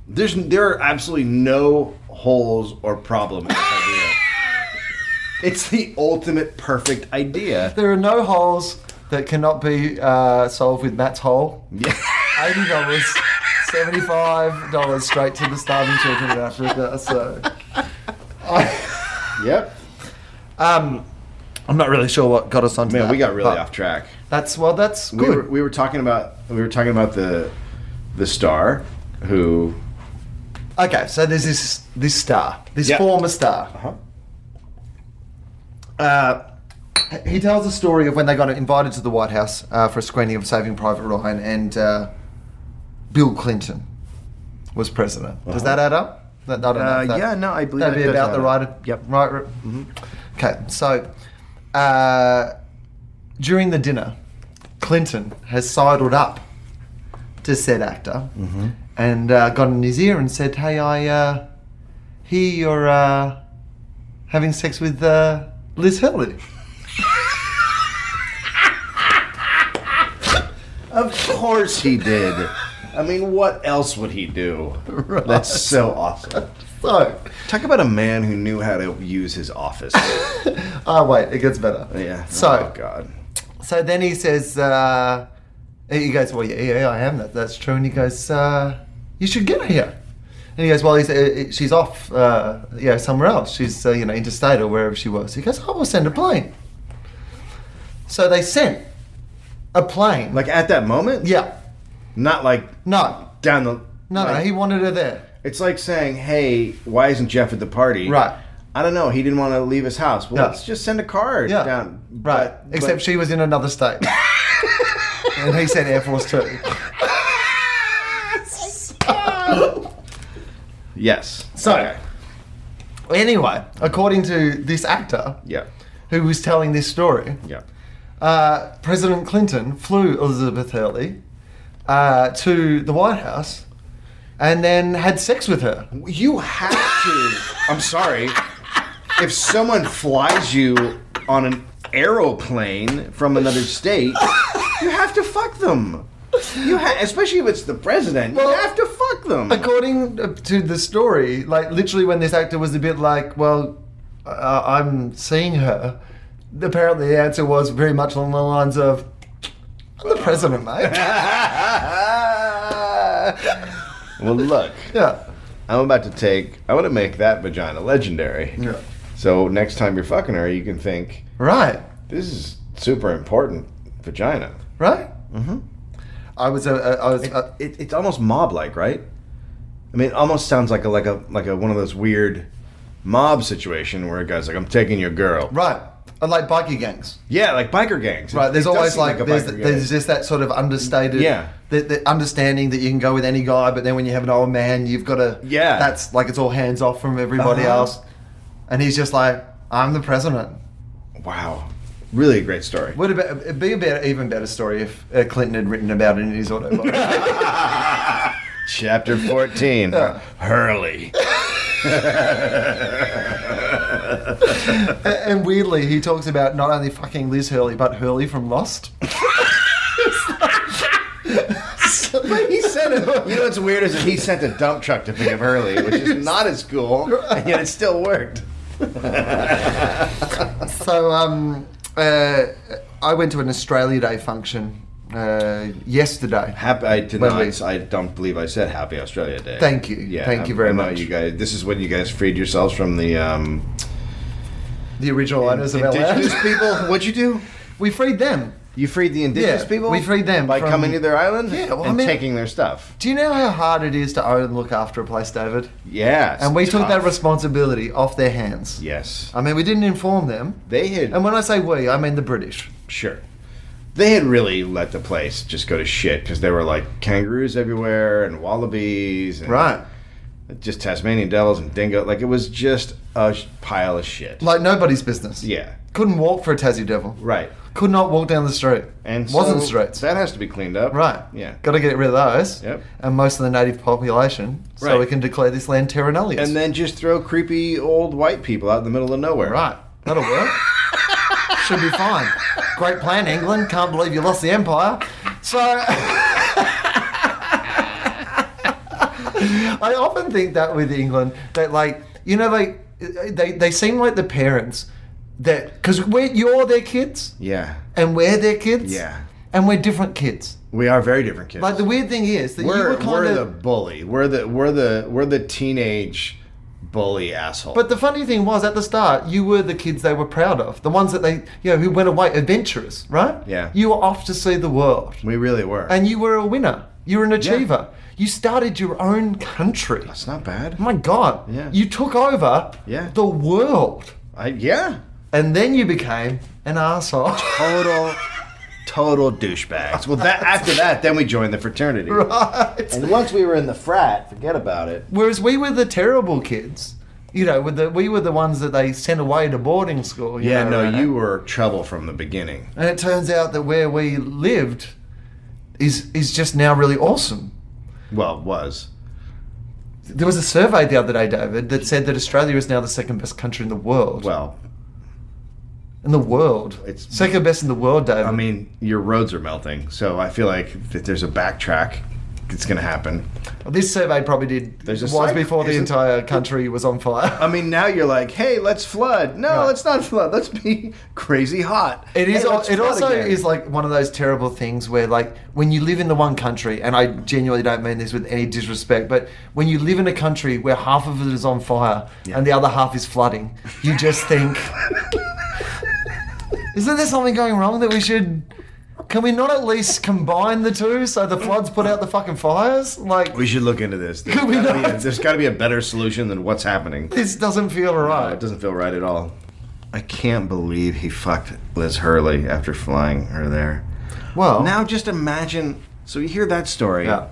There's there are absolutely no holes or problem in this idea. <laughs> It's the ultimate perfect idea. There are no holes that cannot be uh, solved with Matt's hole. Yeah. Eighty dollars, seventy-five dollars straight to the starving children in Africa. So, Yep. um, I'm not really sure what got us onto Man, that. we got really but off track. That's well, that's We were, good. we were talking about we were talking about the the star who okay, so there's this this star, this Yeah. former star. Uh, he tells a story of when they got invited to the White House uh, for a screening of Saving Private Ryan, and uh, Bill Clinton was president. Does that add up? That, I don't know Uh-huh. Uh, if that- yeah, no, I believe that'd that be does about add the up. right. Yep. Mm-hmm. Right. right. Okay, so uh, during the dinner, Clinton has sidled up to said actor Mm-hmm. and uh, got in his ear and said, "Hey, I uh, hear you're uh, having sex with uh, Liz Hurley." Of course he did. I mean, what else would he do? <laughs> That's so awesome. So, Talk about a man who knew how to use his <laughs> office. oh wait, it gets better. Yeah. So- oh, God. So then he says, uh, he goes, well, yeah, yeah, I am. That, that's true. And he goes, uh, you should get her here. And he goes, well, he's, uh, she's off, uh, yeah, somewhere else. She's, uh, you know, interstate or wherever she was. He goes, oh, we'll send a plane. So they sent a plane. Like at that moment? yeah, Not like no, down the. no, no. like- He wanted her there. It's like saying, "Hey, why isn't Jeff at the party?" Right. I don't know. He didn't want to leave his house. Well, Yeah. let's just send a card Yeah, down. right. But- Except but- she was in another <laughs> state. and he sent Air Force Two. Yes. So- Okay. Anyway, according to this actor Yeah. who was telling this story, Yeah. uh, President Clinton flew Elizabeth Hurley uh, to the White House and then had sex with her. You have to. I'm sorry. If someone flies you on an aeroplane from another state, you have to fuck them. You ha- especially if it's the president. Well, you have to fuck them. <laughs> According uh, to the story, like literally when this actor was a bit like, well, uh, I'm seeing her, apparently the answer was very much along the lines of, I'm the president, <laughs> mate. well, look. yeah. I'm about to take. I want to make that vagina legendary. Yeah. So next time you're fucking her, you can think Right. this is super important vagina. Right? Mm-hmm. I was, uh, uh, I was, uh, It, it's almost mob-like, right? I mean, it almost sounds like a like a like a one of those weird mob situation where a guy's like, "I'm taking your girl." right. I like bikie gangs. Yeah, like biker gangs. It- Right, there's it does always seem like, a there's, biker gang. there's just that sort of understated Yeah. the, the understanding that you can go with any guy, but then when you have an old man, you've got to Yeah. That's like it's all hands off from everybody Uh-huh. else, and he's just like, I'm the president. wow, really a great story. Would it be, it'd be a better, even better story if uh, Clinton had written about it in his <laughs> autobiography. Chapter <laughs> 14. Yeah. Hurley. A- and weirdly, he talks about not only fucking Liz Hurley but Hurley <laughs> from Lost. He <laughs> sent it. <laughs> You know what's weird is that he sent a dump truck to pick up Hurley, which is <laughs> not as cool, and yet it still worked. <laughs> So um, uh, I went to an Australia Day function uh, yesterday. Happy, I did When not. we- I don't believe I said Happy Australia Day. Thank you. Thank I- you very I know much. You guys, this is when you guys freed yourselves from the um, the original owners of LA. indigenous <laughs> people. What'd you do? We freed them. You freed the indigenous Yeah, people. we freed them by from- coming to their island Yeah, well, I and mean- taking their stuff. Do you know how hard it is to own and look after a place, David? Yes, And we took tough. that responsibility off their hands. Yes, I mean, we didn't inform them. they had. And when I say we, I mean the British. Sure. They had really let the place just go to shit because there were like kangaroos everywhere and wallabies and Right. just Tasmanian devils and dingo. Like it was just a sh- pile of shit. Like nobody's business. yeah, Couldn't walk for a Tassie devil. right. Could not walk down the street. And wasn't so straight. That has to be cleaned up. Right. Yeah. Got to get rid of those. Yep. And most of the native population, so Right. we can declare this land terra nullius. And then just throw creepy old white people out in the middle of nowhere. right, that'll <laughs> work. Should be fine. Great plan, England. Can't believe you lost the empire. So. <laughs> I often think that with England, that like you know, like they they seem like the parents that because we you're their kids Yeah. and we're their kids, Yeah. and we're different kids. We are very different kids. Like the weird thing is that you we're were kind we're of the bully. We're the we're the we're the teenage bully asshole. But the funny thing was, at the start, you were the kids they were proud of, the ones that they, you know, who went away adventurous, right? Yeah. You were off to see the world, we really were. and you were a winner. You were an achiever. You started your own country. it's not bad. My God. Yeah. You took over. Yeah. The world, I, yeah. and then you became an asshole. <laughs> total total douchebags. Well, that after that, then we joined the fraternity. <laughs> right. And once we were in the frat, forget about it. Whereas we were the terrible kids. You know, with the, we were the ones that they sent away to boarding school. you Yeah, know, no, right? you were trouble from the beginning. And it turns out that where we lived is is just now really awesome. Well, was. There was a survey the other day, David, that said that Australia is now the second best country in the world. Well, in the world, It's- second best in the world, David. I mean, your roads are melting, so I feel like if there's a backtrack, it's going to happen. this survey probably did There's a was site, before the isn't- entire country was on fire. I mean, now you're like, hey, let's flood. No, Right. let's not flood. Let's be crazy hot. It is. Hey, let's it flood also again. is like one of those terrible things where, like, when you live in the one country, and I genuinely don't mean this with any disrespect, but when you live in a country where half of it is on fire and the other half is flooding, you just think, isn't there something going wrong that we should? Can we not at least combine the two so the floods put out the fucking fires? Like, We should look into <laughs> this. There's Could we gotta be a- not? there's got to be a better solution than what's happening. this doesn't feel Uh, It right. doesn't feel right at all. I can't believe he fucked Liz Hurley after flying her there. Well, Now just imagine. So you hear that story. Yeah.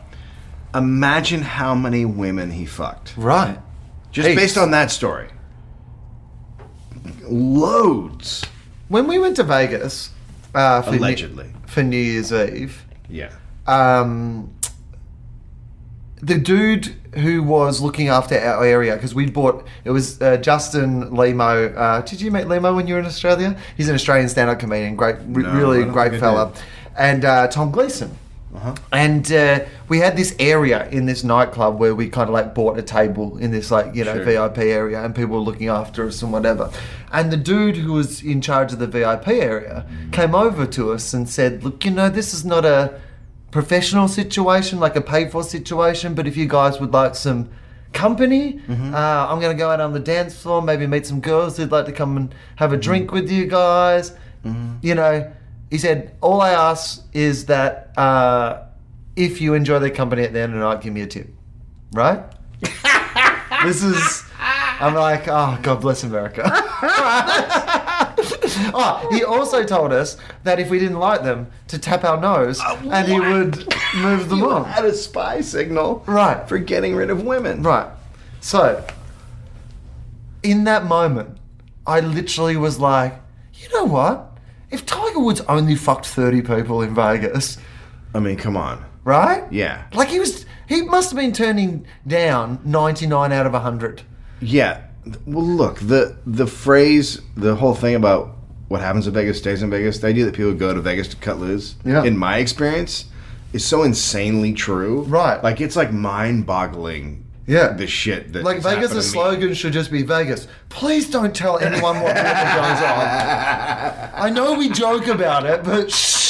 Imagine how many women he fucked. right. Just Heaps. based on that story. Loads. When we went to Vegas, uh, for New- Allegedly. for New Year's Eve. Yeah. um, the dude who was looking after our area because we bought it was uh, Justin Lemo. Uh, did you meet Lemo when you were in Australia? He's an Australian stand-up comedian, great, re- No, I really don't great think I fella, did. and uh, Tom Gleason. Uh-huh. And uh, we had this area in this nightclub where we kind of like bought a table in this like you know Sure. VIP area, and people were looking after us and whatever. And the dude who was in charge of the VIP area came over to us and said, "Look, you know, this is not a professional situation, like a paid for situation, but if you guys would like some." Company, uh, I'm gonna go out on the dance floor, maybe meet some girls who'd like to come and have a drink with you guys. You know, he said, All I ask is that uh, if you enjoy their company at the end of the night, give me a tip. Right? this is. I'm like, oh, God bless America. <laughs> oh, he also told us that if we didn't like them, to tap our nose and he would move them You on. had a spy signal Right. for getting rid of women. Right. So, in that moment, I literally was like, you know what? If Tiger Woods only fucked 30 people in Vegas, I mean, come on. right? Yeah. Like he was, he must have been turning down 99 out of 100. Yeah. Well, look the the phrase, the whole thing about what happens in Vegas stays in Vegas. The idea that people go to Vegas to cut loose, Yeah. in my experience, is so insanely true. Right. Like it's like mind boggling. Yeah. The shit that Like has happened Vegas' to me. slogan should just be Vegas. Please don't tell anyone what really goes <laughs> on. I know we joke about it, but shh.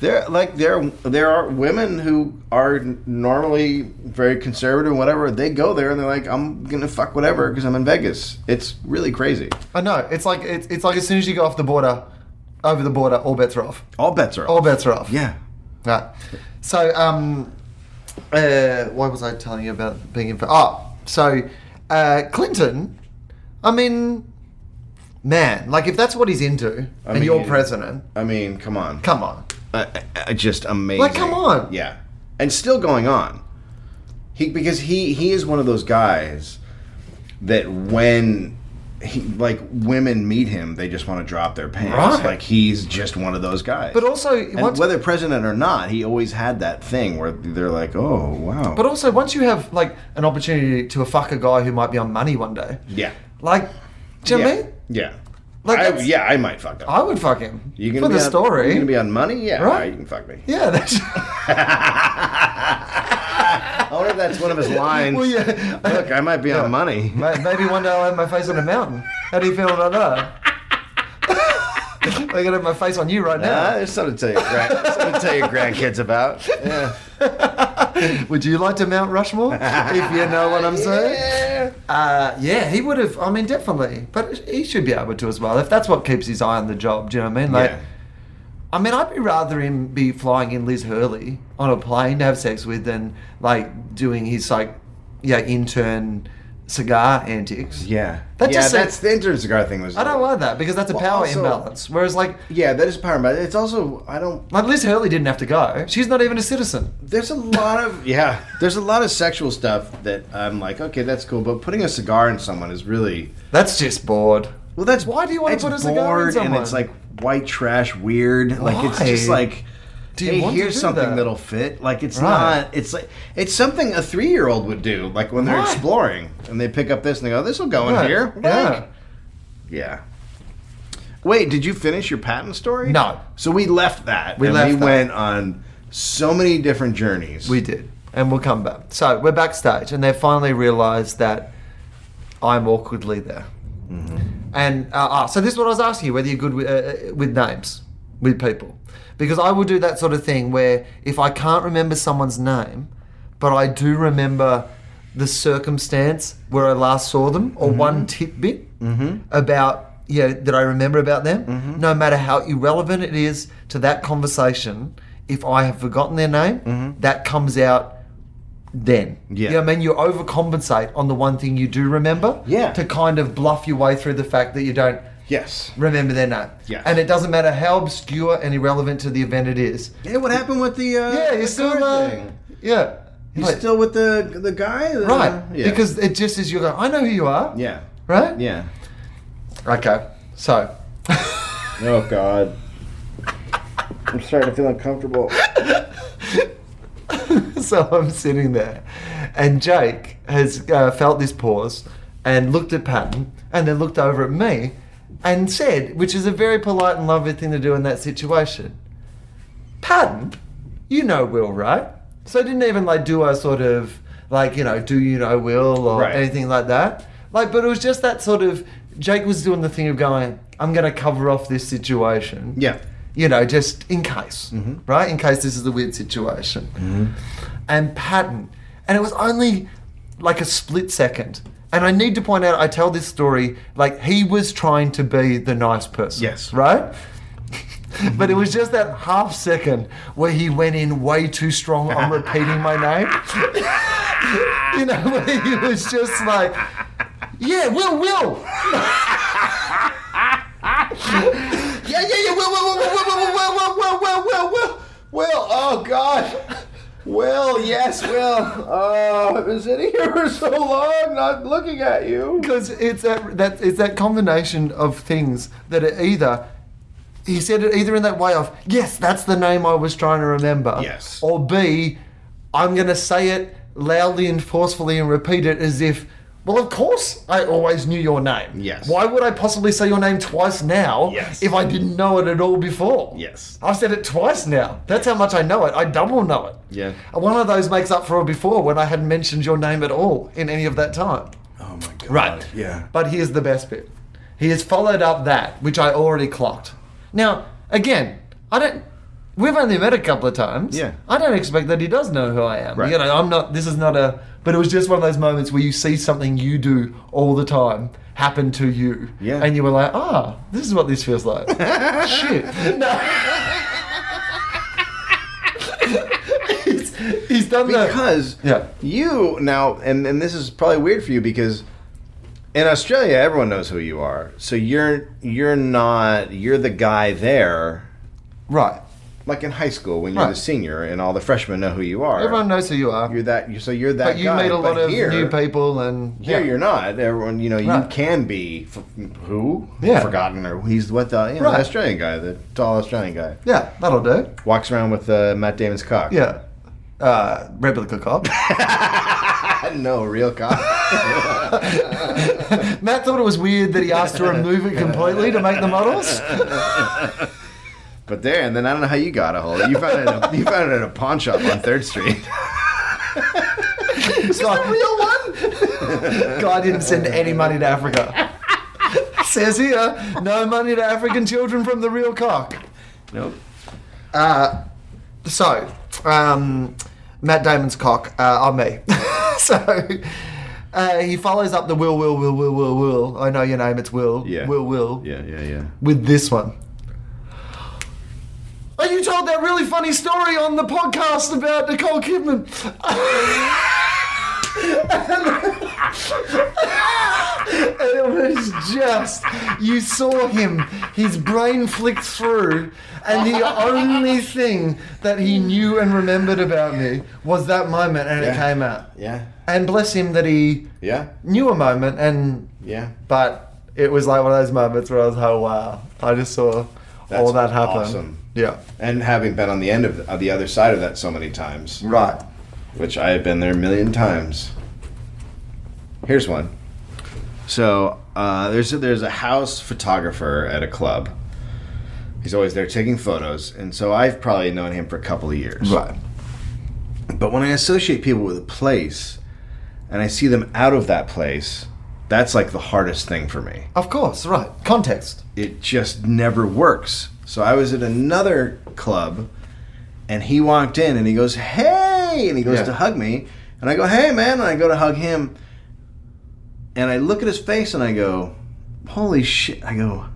There, like there, there are women who are n- normally very conservative, and whatever. They go there and they're like, "I'm gonna fuck whatever" because I'm in Vegas. It's really crazy. I know it's like it's, it's like as soon as you go off the border, over the border, all bets are off. All bets are off. All bets are off. Yeah. Right. So, um, uh, why was I telling you about being in? Oh, so uh, Clinton. I mean, man, like if that's what he's into, and mean- you're president, I mean, come on. come on. uh, uh, just amazing. Like, come on. Yeah, and still going on. He because he he is one of those guys that when he like women meet him, they just want to drop their pants. Right. Like he's just one of those guys. But also, And once, whether president or not, he always had that thing where they're like, "Oh wow." but also once you have like an opportunity to fuck a guy who might be on money one day, yeah, like, do you yeah, know what I mean? yeah. Like, I, that's- yeah, I might fuck up. I would fuck him you for the on, story. You gonna be on money? Yeah, Right. all you can fuck me. yeah, that's. <laughs> I wonder if that's one of his lines. <laughs> Well, yeah. Look, I might be on money. Ma- Maybe one day I'll have my face on a mountain. How do you feel <laughs> about that? I'm gonna have my face on you right Ah, now. there's something to tell your grand, something to tell your grandkids about. <laughs> Yeah. Would you like to Mount Rushmore? if you know what I'm saying. <laughs> Yeah. Uh, yeah, he would have. I mean, definitely. But he should be able to as well. If that's what keeps his eye on the job, do you know what I mean? Like, Yeah. I mean, I'd be rather him be flying in Liz Hurley on a plane to have sex with than like doing his like, yeah, intern cigar antics. Yeah. That just seems- that's the intern cigar thing was. I don't like that because that's a Well, power also- imbalance. Whereas like Yeah, that is power, but it's also I don't. Like Liz Hurley didn't have to go. She's not even a citizen. There's a lot of <laughs> yeah. There's a lot of sexual stuff that I'm like, okay, that's cool, but putting a cigar in someone is really That's just bored. well. That's Why do you wanna it's put a cigar in bored, And someone? it's like white trash, weird. Like it's just Why? like. Do you hey, want to here's do something that? will fit. Like it's Right. not. It's like it's something a three year old would do. Like when they're Right. exploring and they pick up this and they go, "This will go Right. in here." Yeah. Yeah. Wait, did you finish your patent story? No. So we left that. We and left We that. went on so many different journeys. We did. And we'll come back. So we're backstage and they finally realised that I'm awkwardly there. And uh, ah, so this is what I was asking you whether you're good with, uh, uh, with names, with people. Because I will do that sort of thing where if I can't remember someone's name, but I do remember the circumstance where I last saw them or one tidbit about, you know, that I remember about them, no matter how irrelevant it is to that conversation, if I have forgotten their name, that comes out then. Yeah. You know what I mean? You overcompensate on the one thing you do remember Yeah. to kind of bluff your way through the fact that you don't Yes. remember their name. Yes. And it doesn't matter how obscure and irrelevant to the event it is. Hey, what happened with the? Uh, Yeah, the you're still guard uh, thing? Yeah. You Like, still with the the guy? The- right. Yeah. Because it just is you go, I know who you are. yeah. Right? Yeah. Okay. So Oh God. I'm starting to feel uncomfortable. <laughs> so I'm sitting there, and Jake has uh, felt this pause and looked at Patton and then looked over at me and said, which is a very polite and lovely thing to do in that situation, Patton, you know Will, right? So I didn't even like do a sort of like, you know, do you know Will or Right. anything like that. Like, but it was just that sort of Jake was doing the thing of going, I'm going to cover off this situation Yeah. you know, just in case, right? In case this is a weird situation. And Patton. And it was only like a split second. And I need to point out, I tell this story like he was trying to be the nice person. Yes. Right? <laughs> but it was just that half second where he went in way too strong on repeating my name. <laughs> you know, where he was just like, yeah, Will, Will. Yeah, yeah, yeah. Well, well, well, well, well, well, well, well, well, well, well, well. Oh God. Well, yes, well. Oh, I've been sitting <laughs> here for so long, not looking at you. Because it's that, that it's that combination of things that are either he said it either in that way of yes, that's the name I was trying to remember. Yes. Or B, I'm going to say it loudly and forcefully and repeat it as if. Well, of course, I always knew your name. Yes. Why would I possibly say your name twice now Yes. if I didn't know it at all before? Yes. I've said it twice now. That's how much I know it. I double know it. Yeah. One of those makes up for before when I hadn't mentioned your name at all in any of that time. Oh my God. Right. Yeah. But here's the best bit. He has followed up that, which I already clocked. Now, again, I don't We've only met a couple of times. Yeah. I don't expect that he does know who I am. Right. You know, I'm not, this is not a, but it was just one of those moments where you see something you do all the time happen to you. Yeah. And you were like, ah, this is what this <laughs> feels like. Shit. No. <laughs> he's, he's done that. because Yeah. you now and, and this is probably weird for you because in australia everyone knows who you are so you're you're not you're the guy there Right. like in high school when you're Right. the senior and all the freshmen know who you are Everyone knows who you are. you're that you so you're that but you guy meet a lot But of here, new people and. here you're not everyone you know you Right. can be f- who Yeah. forgotten or he's what the you know, Right. australian guy the tall australian guy Yeah, that'll do. walks around with uh, matt damon's cock <laughs> Yeah. Uh, replica cop. no real cock <laughs> Matt thought it was weird that he asked <laughs> to remove it completely to make the models. But there, and then I don't know how you got a hold. of it. You found it. <laughs> At a, you found it at a pawn shop on Third Street. It's not real <laughs> one. Guy didn't send any money to Africa. <laughs> Says here, no money to African children from the real cock. Uh, Nope. So, um, Matt Damon's cock uh, on me. <laughs> so, uh, he follows up the will, will, will, will, will, will. I know your name. It's Will. Yeah. Will, will. Yeah, yeah, yeah. with this one. Oh, you told that really funny story on the podcast about Nicole Kidman. <laughs> and it was just, you saw him, his brain flicked through, and the only thing that he knew and remembered about me was that moment, and it Yeah. came out. Yeah, And bless him that he yeah, knew a moment and yeah. but it was like one of those moments where I was like, oh, wow. I just saw all That's that happen. awesome. Yeah. And having been on the end of the, of the other side of that so many times, Right. which I have been there a million times. Here's one. So uh, there's a, there's a house photographer at a club. He's always there taking photos, and so I've probably known him for a couple of years. Right. But when I associate people with a place and I see them out of that place, that's like the hardest thing for me. Of course. Right. Context. It just never works. So I was at another club and he walked in and he goes, Hey! And he goes Yeah. to hug me. And I go, Hey, man. And I go to hug him. And I look at his face and I go, Holy shit. I go,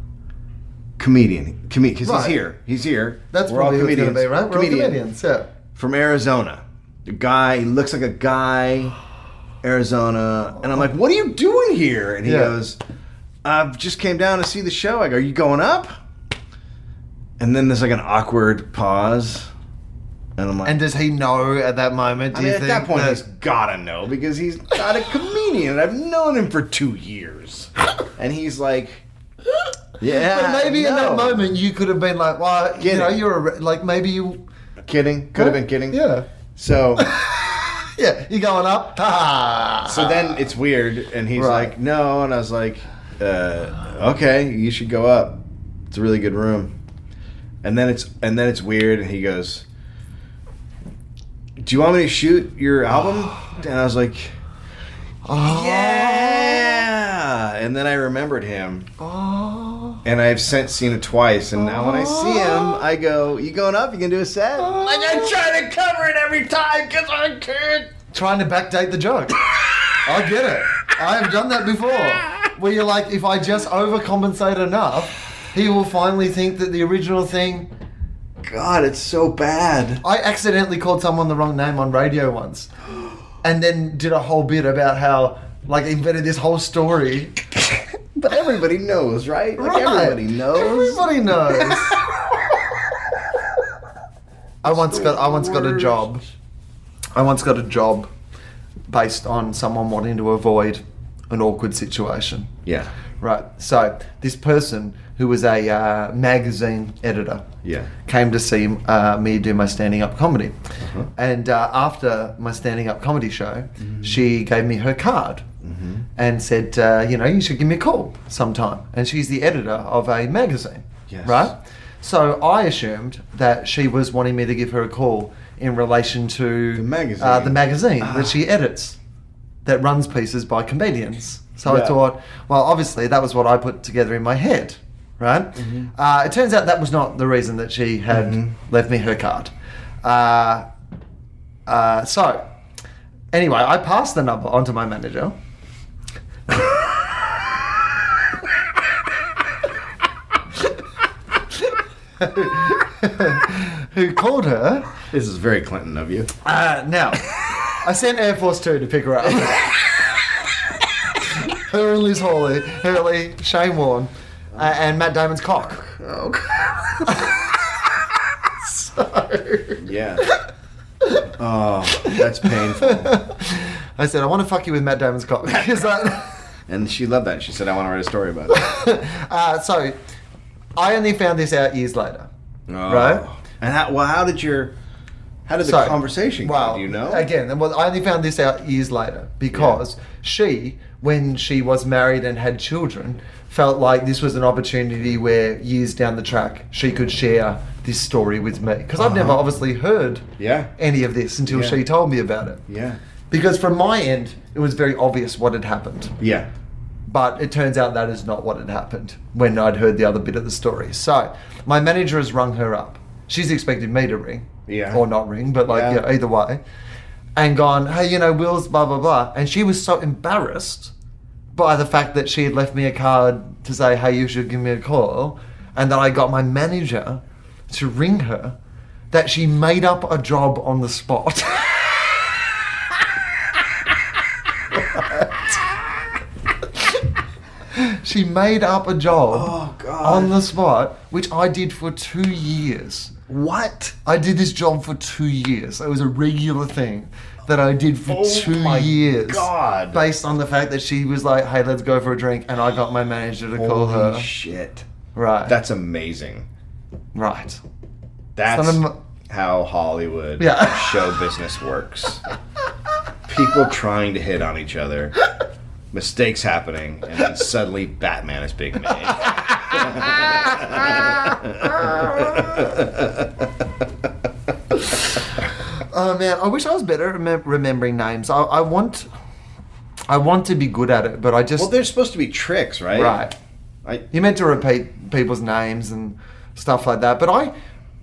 Comedian. Comedian. Because Right. he's here. He's here. That's We're all probably who it's comedians. going to be, right? We're Comedian all comedians. Yeah. from Arizona. A guy, he looks like a guy, Arizona. And I'm like, what are you doing here? And he Yeah. goes, I just came down to see the show. I go, are you going up? And then there's like an awkward pause. And I'm like, And does he know at that moment? Do I mean, you at think that point, that- he's gotta know because he's not a comedian. I've known him for two years. And he's like, yeah. But maybe in that no." moment you could have been like, well, you Get know, it. you're a, re- like, maybe you. Kidding. Could have been kidding. Yeah. <laughs> So. Yeah. You're going up. Ah. So then it's weird, and he's Right. like, "No," and I was like, uh, "Okay, you should go up. It's a really good room." And then it's and then it's weird, and he goes, "Do you want me to shoot your <gasps> album?" And I was like, Oh. "Yeah." And then I remembered him, Oh. and I've since seen it twice. And now when I see him, I go, "You going up? You gonna do a set?" Oh. Like I try to cover it every time because I can't. trying to backdate the joke. I get it. I have done that before. Where you're like, if I just overcompensate enough, he will finally think that the original thing. God, it's so bad. I accidentally called someone the wrong name on radio once, and then did a whole bit about how, like, invented this whole story. But everybody knows, right? Like everybody knows. Everybody knows. <laughs> I once got I once got a job. I once got a job based on someone wanting to avoid an awkward situation. Yeah. Right. So this person who was a uh, magazine editor Yeah. came to see uh, me do my standing up comedy, Uh-huh. and uh, after my standing up comedy show, Mm-hmm. she gave me her card and said, uh, you know, you should give me a call sometime. And she's the editor of a magazine. Yes. Right. So I assumed that she was wanting me to give her a call in relation to The magazine. Ah. uh, the magazine that she edits that runs pieces by comedians. So I Yeah. thought, well, obviously that was what I put together in my head. right? Uh, it turns out that was not the reason that she had left me her card. Uh, uh, so, anyway, I passed the number onto my manager. <laughs> who called her This is very Clinton of you. uh, now, I sent Air Force Two to pick her up. her and Liz Hawley, Hurley, Shane Warne, uh, and Matt Damon's cock. <laughs> Yeah. oh, that's painful. I said, I want to fuck you with Matt Damon's cock. <laughs> Is that- And she loved that. She said, "I want to write a story about it." uh, so, I only found this out years later. Right. Oh. And how? Well, how did your? How did the So- conversation go? Well, do you know? Again, well, I only found this out years later because she, when she was married and had children, felt like this was an opportunity where years down the track she could share this story with me because I've never obviously heard Uh-huh. Yeah. any of this until Yeah. she told me about it. Yeah. Because from my end, it was very obvious what had happened. Yeah. But it turns out that is not what had happened when I'd heard the other bit of the story. So my manager has rung her up. She's expected me to ring. Yeah. Or not ring, but like Yeah. yeah, either way. And gone, hey, you know, Will's blah, blah, blah. And she was so embarrassed by the fact that she had left me a card to say, hey, you should give me a call. And that I got my manager to ring her that she made up a job on the spot. <laughs> she made up a job Oh, God. on the spot, which I did for two years. What? I did this job for two years. It was a regular thing that I did for Oh two my years. God. Based on the fact that she was like, hey, let's go for a drink, and I got my manager to call Holy her. shit! right. That's amazing. right. That's Son of how Hollywood Yeah. show business works. People trying to hit on each other, mistakes happening, and then suddenly Batman is being made. Oh man, I wish I was better at remem- remembering names. I, I want, I want to be good at it, but I just Well, there's supposed to be tricks, right? right. I, You're meant to repeat people's names and stuff like that. But I,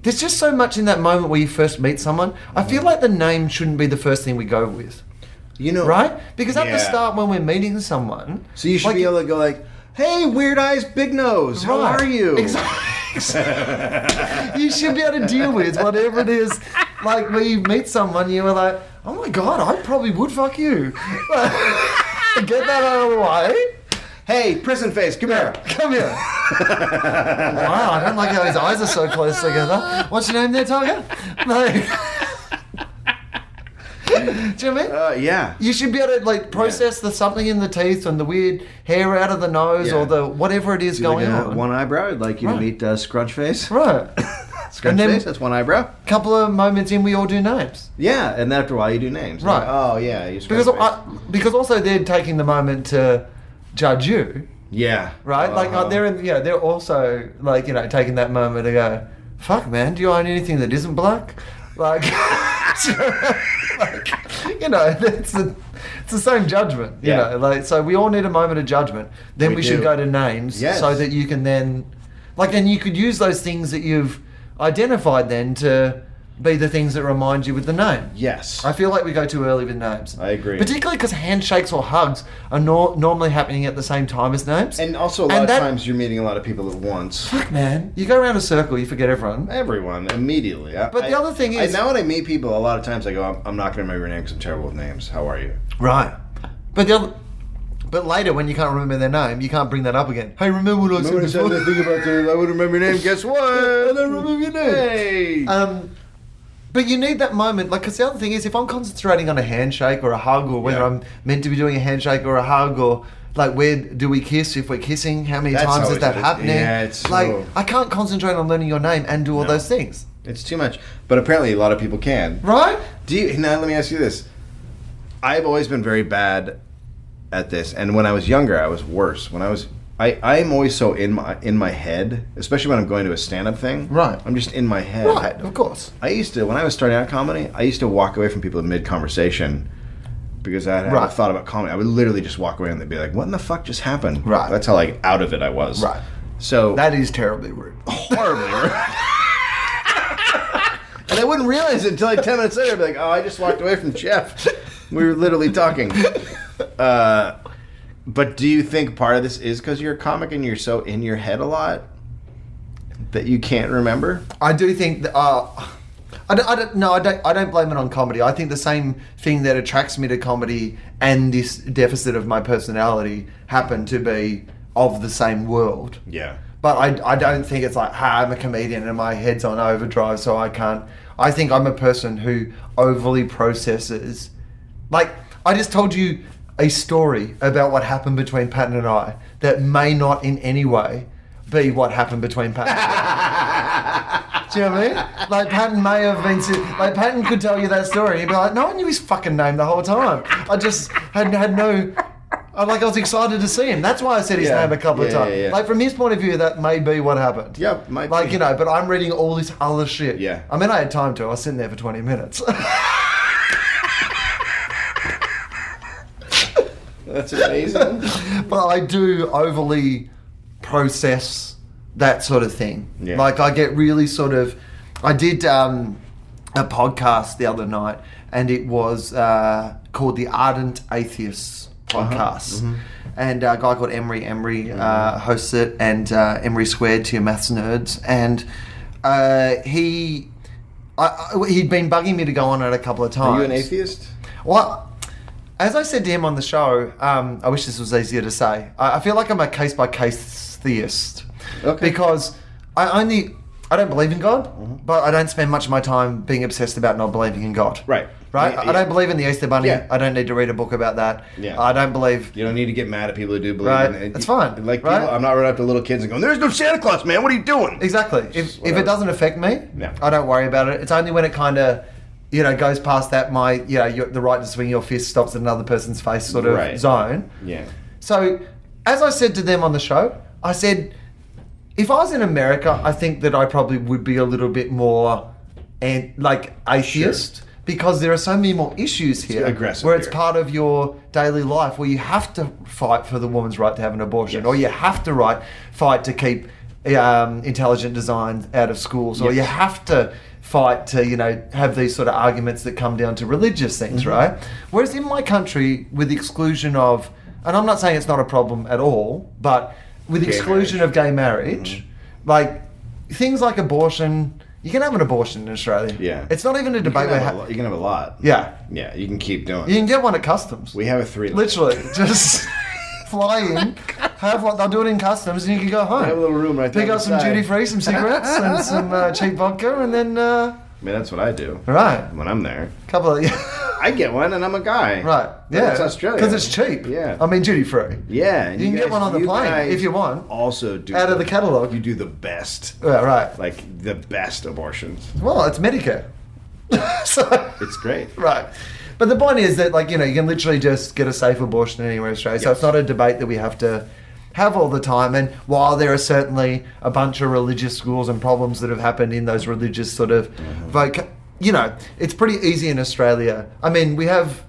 there's just so much in that moment where you first meet someone. I Mm. feel like the name shouldn't be the first thing we go with, you know, right? Because at the Yeah. start when we're meeting someone, So you should like- be able to go like, "Hey, Weird Eyes, Big Nose, how Right. are you?" <laughs> Exactly. you should be able to deal with whatever it is. Like when you meet someone, you were like, "Oh my god, I probably would fuck you." <laughs> Get that out of the way. Hey, prison face, come <laughs> here. Come here. wow, I don't like how his eyes are so close together. What's your name there, Tiger? <laughs> No. Do you know what I mean? Uh, yeah. you should be able to like process the something in the teeth and the weird hair out of the nose Yeah. or the whatever it is Do you going like a on. One eyebrow. I'd like you Right. to meet uh, Scrunch Face. <laughs> Right. Scrunch And then- Face. That's one eyebrow. couple of moments in, we all do names Yeah, and after a while you do names. Right. Like, oh yeah, you because Scrunch Face. I, because also they're taking the moment to judge you, Yeah. right? Like uh, Uh-huh. they're in, you know they're also like you know taking that moment to go, fuck man, do you own anything that isn't black? Like, <laughs> like, you know, it's the it's the same judgment, you Yeah. know. Like so, we all need a moment of judgment. Then we, We should do. go to names Yes. so that you can then, like, and you could use those things that you've identified then to be the things that remind you with the name. Yes. I feel like we go too early with names. I agree. Particularly because handshakes or hugs are nor- normally happening at the same time as names. and also a lot and of that- times you're meeting a lot of people at once. Fuck, man. You go around a circle, you forget everyone. Everyone immediately. I- But the I- other thing I- is- now when I meet people, a lot of times I go, "I'm, I'm not going to remember your name because I'm terrible with names. How are you?" Right. But the other. But later, when you can't remember their name, you can't bring that up again. Hey, remember what I said before? about that, I would remember <laughs> your name. Guess what? I don't remember your name. Hey. Um, but you need that moment, like, because the other thing is, if I'm concentrating on a handshake or a hug, or whether Yeah. I'm meant to be doing a handshake or a hug, or like, where do we kiss if we're kissing? How many That's times how is it that is. happening? Yeah, it's like so- I can't concentrate on learning your name and do all No. those things, it's too much. But apparently, a lot of people can. right? Do you now? Let me ask you this. I've always been very bad at this, and when I was younger, I was worse. When I was, I I'm always so in my in my head, especially when I'm going to a stand up thing. Right. I'm just in my head. Right, of course. I used to when I was starting out comedy, I used to walk away from people in mid conversation because I had Right. a thought about comedy. I would literally just walk away and they'd be like, "What in the fuck just happened?" Right. That's how like out of it I was. Right. So That is terribly rude. horribly rude. and I wouldn't realize it until like 10 minutes later. I'd be like, oh, I just walked away from Jeff. We were literally <laughs> talking. Uh, but do you think part of this is because you're a comic and you're so in your head a lot that you can't remember? I do think that. Uh, I don't, I don't, no, I don't, I don't blame it on comedy. I think the same thing that attracts me to comedy and this deficit of my personality happen to be of the same world. Yeah. But I, I don't think it's like, ha, I'm a comedian and my head's on overdrive, so I can't. I think I'm a person who overly processes. Like, I just told you a story about what happened between Patton and I that may not in any way be what happened between Patton and I. <laughs> Do you know what I mean? Like Patton may have been, si- like Patton could tell you that story. He'd be like, "No, I knew his fucking name the whole time. I just had had no." I, like I was excited to see him. That's why I said his Yeah. name a couple of Yeah, yeah, times. yeah. Like from his point of view, that may be what happened. Yeah, might like be. you know, but I'm reading all this other shit. Yeah. I mean, I had time to. I was sitting there for 20 minutes. <laughs> That's <laughs> amazing. but I do overly process that sort of thing. Yeah. Like I get really sort of. I did um, a podcast the other night, and it was uh, called the Ardent Atheists Uh-huh. podcast. Mm-hmm. And a guy called Emery Emery uh, hosts it, and uh, Emery Squared to your maths nerds, and uh, he. I, I- he'd been bugging me to go on it a couple of times. Are you an atheist? Well, as I said to him on the show, um, I wish this was easier to say. I, I feel like I'm a case by case theist. Okay. Mm-hmm. Because I only. I don't believe in God, but I don't spend much of my time being obsessed about not believing in God. Right. Right? Yeah, I- yeah. I don't believe in the Easter Bunny. Yeah. I don't need to read a book about that. Yeah. I don't believe. You don't need to get mad at people who do believe Right. in it. That's fine, Like right? people, I'm not running up to little kids and going, "There's no Santa Claus, man. What are you doing?" Exactly. Just If, if whatever. it doesn't affect me, Yeah. I don't worry about it. It's only when it kind of, you know, goes past that my, you know, your, the right to swing your fist stops at another person's face sort of Right. zone. Yeah. So, as I said to them on the show, I said, if I was in America, I think that I probably would be a little bit more, and like atheist, because there are so many more issues here, aggressive where it's here. part of your daily life, where you have to fight for the woman's right to have an abortion, or you have to right, fight to keep um, intelligent design out of schools, or you Yes. have to fight to you know have these sort of arguments that come down to religious things Mm-hmm. right whereas in my country with the exclusion of and i'm not saying it's not a problem at all but with the Gay Mm-hmm. exclusion of gay marriage like things like abortion you can have an abortion in australia Yeah. it's not even a You debate can, we're have a ha- lot, you can have a lot. yeah Yeah, you can keep doing. you can get one at customs we have a three. literally <laughs> just fly in have one they'll do it in customs and you can go home I Oh have a little room right there. pick up some outside. duty free some <laughs> cigarettes and some uh, cheap vodka and then uh, I mean, that's what I do right when I'm there. couple of <laughs> I get one, and I'm a guy. right Well, yeah it's Australia. because it's cheap Yeah. i mean duty free Yeah, and You can get guys- one on the plane guys if you want. Also, do Out of the catalog. You do the best, yeah right like the best abortions. well it's medicare <laughs> so It's great. right but the point is that like you know you can literally just get a safe abortion anywhere in australia so Yes. it's not a debate that we have to have all the time and while there are certainly a bunch of religious schools and problems that have happened in those religious sort of Mm-hmm. voc- you know it's pretty easy in australia i mean we have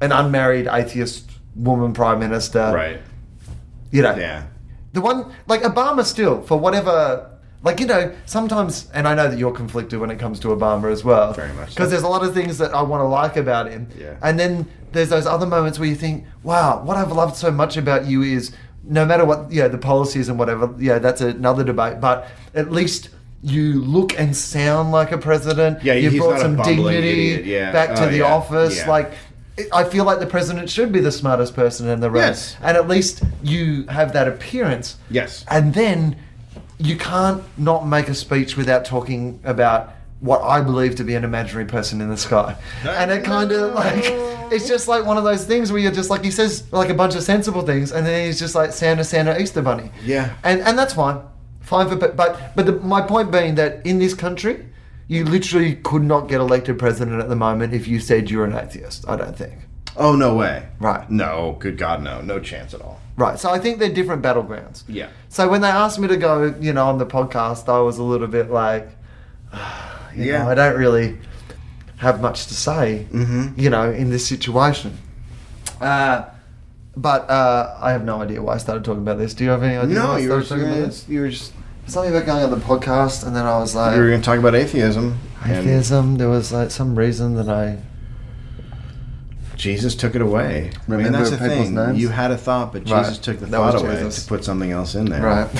an unmarried atheist woman prime minister Right. you know Yeah. the one, like Obama, still for whatever, like you know, sometimes, and I know that you're conflicted when it comes to Obama as well, Very much so. because there's a lot of things that I want to like about him, Yeah. and then there's those other moments where you think, wow, what I've loved so much about you is no matter what, you know, the policies and whatever, yeah, that's another debate, but at least. You look and sound like a president. Yeah, you he's brought not a some bumbling dignity idiot, yeah. back to Oh, the yeah, office. yeah. Like, it- I feel like the president should be the smartest person in the room. Yes. And at least you have that appearance. Yes. And then you can't not make a speech without talking about what I believe to be an imaginary person in the sky. And it kind of like, it's just like one of those things where you're just like, he says like a bunch of sensible things and then he's just like Santa, Santa, Easter Bunny. Yeah. And, and that's fine. Fine for, but, but, but the, my point being that in this country, you literally could not get elected president at the moment if you said you're an atheist, I don't think. Oh no way. Right. No. Good God, no. No chance at all. Right. So I think they're different battlegrounds. Yeah. So when they asked me to go, you know, on the podcast, I was a little bit like, <sighs> you Yeah. know, I don't really Mm-hmm. have much to say, you know, in this situation. Uh, But uh, I have no idea why I started talking about this. Do you have any idea? No, why I you were, started talking about this? you were just Something about going on the podcast, and then I was like, you were going to talk about atheism. and atheism. There was like some reason that I. Jesus took it away. I mean, Remember that's the people's thing. names? You had a thought, but Right. Jesus took the That thought was away Jesus. to put something else in there. <laughs> Right.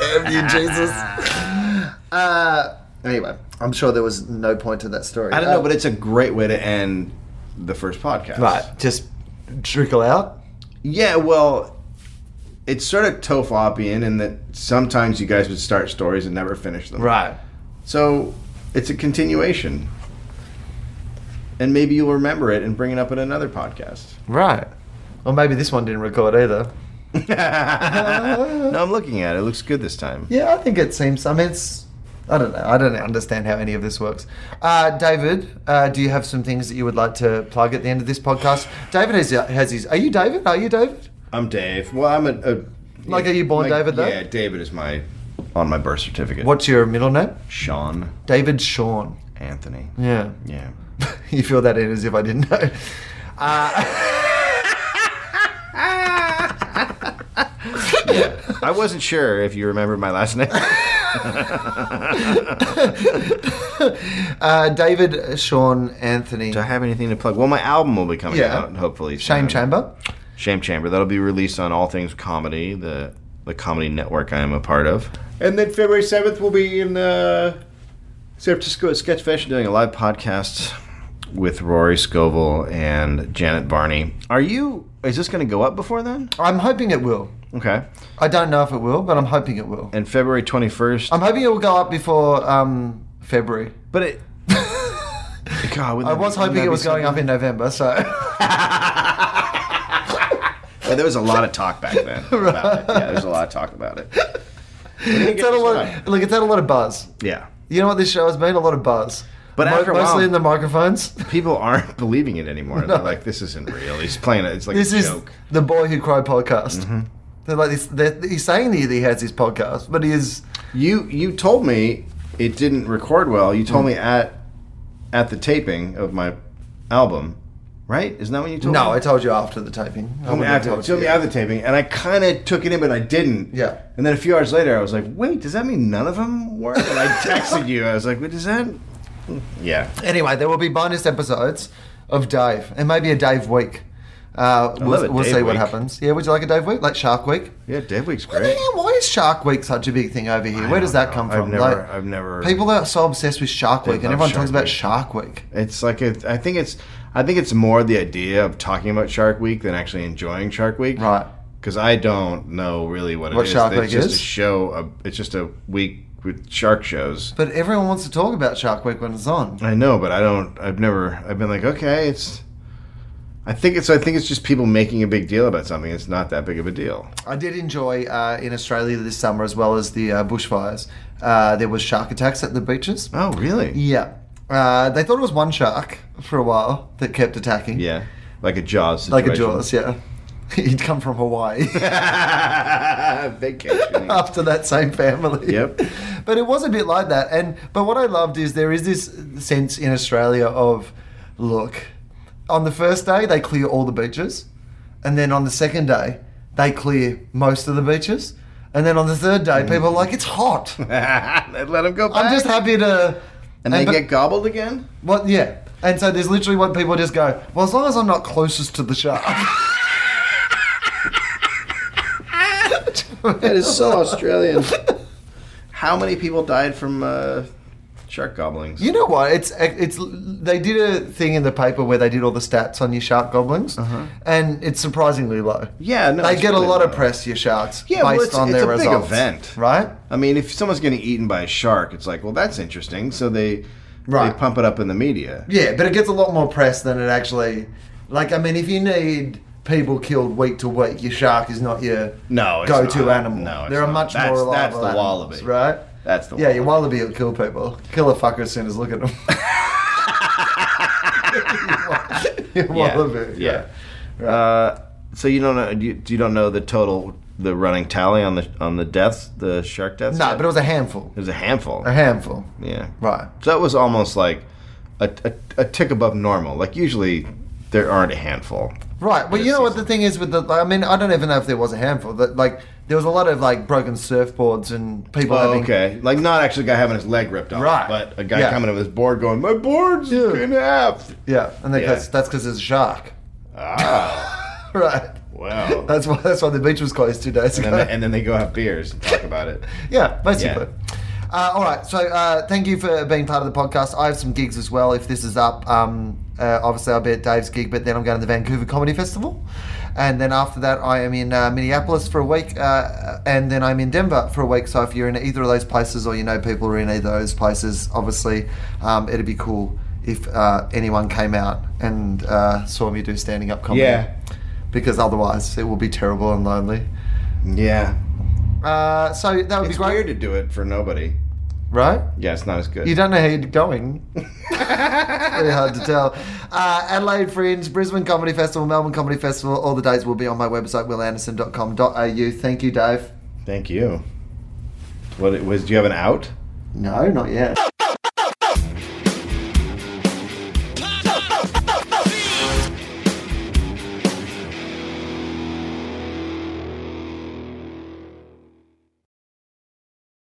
Damn you, Jesus. <laughs> Uh, anyway, I'm sure there was no point to that story. I don't Uh, know, but it's a great way to end the first podcast. right. Just trickle out. Yeah, well, it's sort of toe flopping in that sometimes you guys would start stories and never finish them. Right. So it's a continuation. And maybe you'll remember it and bring it up in another podcast. Right. Or maybe this one didn't record either. no, I'm looking at it. It looks good this time. Yeah, I think it seems. I mean, it's. I don't know. I don't understand how any of this works. Uh, David, uh, do you have some things that you would like to plug at the end of this podcast? David has, has his. Are you David? Are you David? I'm Dave. Well, I'm a. a Like, are you born David, though? Yeah, David is my on my birth certificate. What's your middle name? Sean David Sean. Anthony. Yeah. Yeah. <laughs> you feel that in as if I didn't know. <laughs> yeah. I wasn't sure if you remembered my last <laughs> name. Uh, David Sean Anthony. Do I have anything to plug? Well, my album will be coming Yeah. out hopefully. Shame soon. Chamber. Shame Chamber. That'll be released on All Things Comedy, the the comedy network I am a part of. And then February seventh, we'll be in uh, San Francisco at Sketchfest doing a live podcast with Rory Scovel and Janet Barney. Are you? Is this going to go up before then? I'm hoping it will. Okay. I don't know if it will, but I'm hoping it will. And February twenty first. I'm hoping it will go up before um, February. But it. <laughs> God, wouldn't I that was be- wouldn't hoping that it be was going up something? in November, so. Yeah, there was a lot of talk back <laughs> then. about it. Yeah, there was a lot of talk about it. <laughs> it's had a lot. Look, it's had a lot of buzz. Yeah. You know what this show has been? A lot of buzz. But after a mostly while- in <laughs> the microphones. people aren't believing it anymore. They're like, this isn't real. He's playing it. It's like This a is joke. Mm-hmm. the Boy Who Cried podcast. They're like this. They're, he's saying that he has his podcast, but he is You you told me it didn't record well. You Hmm. told me at at the taping of my album, right? Isn't that when you told me? no. I told you after the taping. I told me wouldn't have after, you told told me you. after the taping, and I kind of took it in, but I didn't. Yeah. And then a few hours later, I was like, "Wait, does that mean none of them were?" And I texted you. I was like, "What is that?" Yeah. Anyway, there will be bonus episodes of Dave, and maybe a Dave week. Uh, we'll love a we'll Dave see what week. happens. Yeah, would you like a Dave week, like Shark Week? Yeah, Dave Week's Why great. the hell- Why is Shark Week such a big thing over here? Where does don't that know. come I've from? never- Like, I've never- People are so obsessed with Shark Week, and love everyone Shark talks about Week. Shark Week. It's like a, I think it's I think it's more the idea of talking about Shark Week than actually enjoying Shark Week. Right. Because I don't know really what, What it is. Shark it's Week just is? a show. Of, it's just a week with shark shows. But everyone wants to talk about Shark Week when it's on. I know, but I don't. I've never. I've been like, okay, it's. I think it's. I think it's just people making a big deal about something. It's not that big of a deal. I did enjoy uh, in Australia this summer, as well as the uh, bushfires. Uh, there was shark attacks at the beaches. Oh, really? Yeah, uh, they thought it was one shark for a while that kept attacking. Yeah. Like a Jaws. like Situation. a <laughs> jaws. Yeah, <laughs> he'd come from Hawaii <laughs> Vacationing. after that same family. Yep. <laughs> but it was a bit like that. And but what I loved is there is this sense in Australia of, look, on the first day they clear all the beaches, and then on the second day they clear most of the beaches, and then on the third Mm. day people are like, <laughs> it's hot. <laughs> They Let them go back. I'm just happy to. and they but- get gobbled again. What? Yeah. And so there's literally what people just go. Well, as long as I'm not closest to the shark. That is <laughs> so Australian. How many people died from uh, shark gobblings? You know what? It's it's they did a thing in the paper where they did all the stats on your shark goblins, and it's surprisingly low. Uh-huh. Yeah, no, they it's get really a lot of low. press. Your sharks, Yeah, well, based it's- on it's their a big results, event. right? I mean, if someone's getting eaten by a shark, it's like, well, that's interesting. So they Right. they pump it up in the media. Yeah, but it gets a lot more press than it actually. Like, I mean, if you need people killed week to week, your shark is not your No, it's go-to not. animal. No, it's there are not. much That's- more reliable. that's the animals, wallaby. right? That's the yeah, <laughs> your wallaby will kill people. Kill a fucker as soon as <laughs> look at them. <laughs> your yeah. wallaby. yeah. Uh, so you don't know you, you don't know the total the running tally on the on the deaths the shark deaths. No, yet? but it was a handful. it was a handful. A handful. yeah, Right. So that was almost like a, a, a tick above normal. Like usually there aren't a handful. Right. Well, you know what the thing is with the. I mean, I don't even know if there was a handful. That like there was a lot of like broken surfboards and people Oh, having. okay. Like not actually a guy having his leg ripped off, Right. But a guy Yeah. coming up with his board going, "My board's Yeah. in half." Yeah, and they- Yeah. that's that's because it's shark. <laughs> Ah, Right. wow. <laughs> That's why that's why the beach was closed two days and, ago. then they, and then they go have beers and talk about it. Yeah, basically. Uh, all right, so uh, thank you for being part of the podcast. I have some gigs as well. If this is up, um, uh, obviously I'll be at Dave's gig, but then I'm going to the Vancouver Comedy Festival, and then after that I am in uh, Minneapolis for a week, uh, and then I'm in Denver for a week. So if you're in either of those places, or you know people who are in either of those places, obviously um, it'd be cool if uh, anyone came out and uh, saw me do standing up comedy. Yeah. Because otherwise it will be terrible and lonely. Yeah, Uh, so that would it's be great, weird to do it for nobody. right? Yeah, it's not as good. You don't know how you're going. Very hard to tell. Uh, Adelaide Fringe, Brisbane Comedy Festival, Melbourne Comedy Festival. All the dates will be on my website, willanderson.com.au. Thank you, Dave. Thank you. What it was? Do you have an out? No, not yet.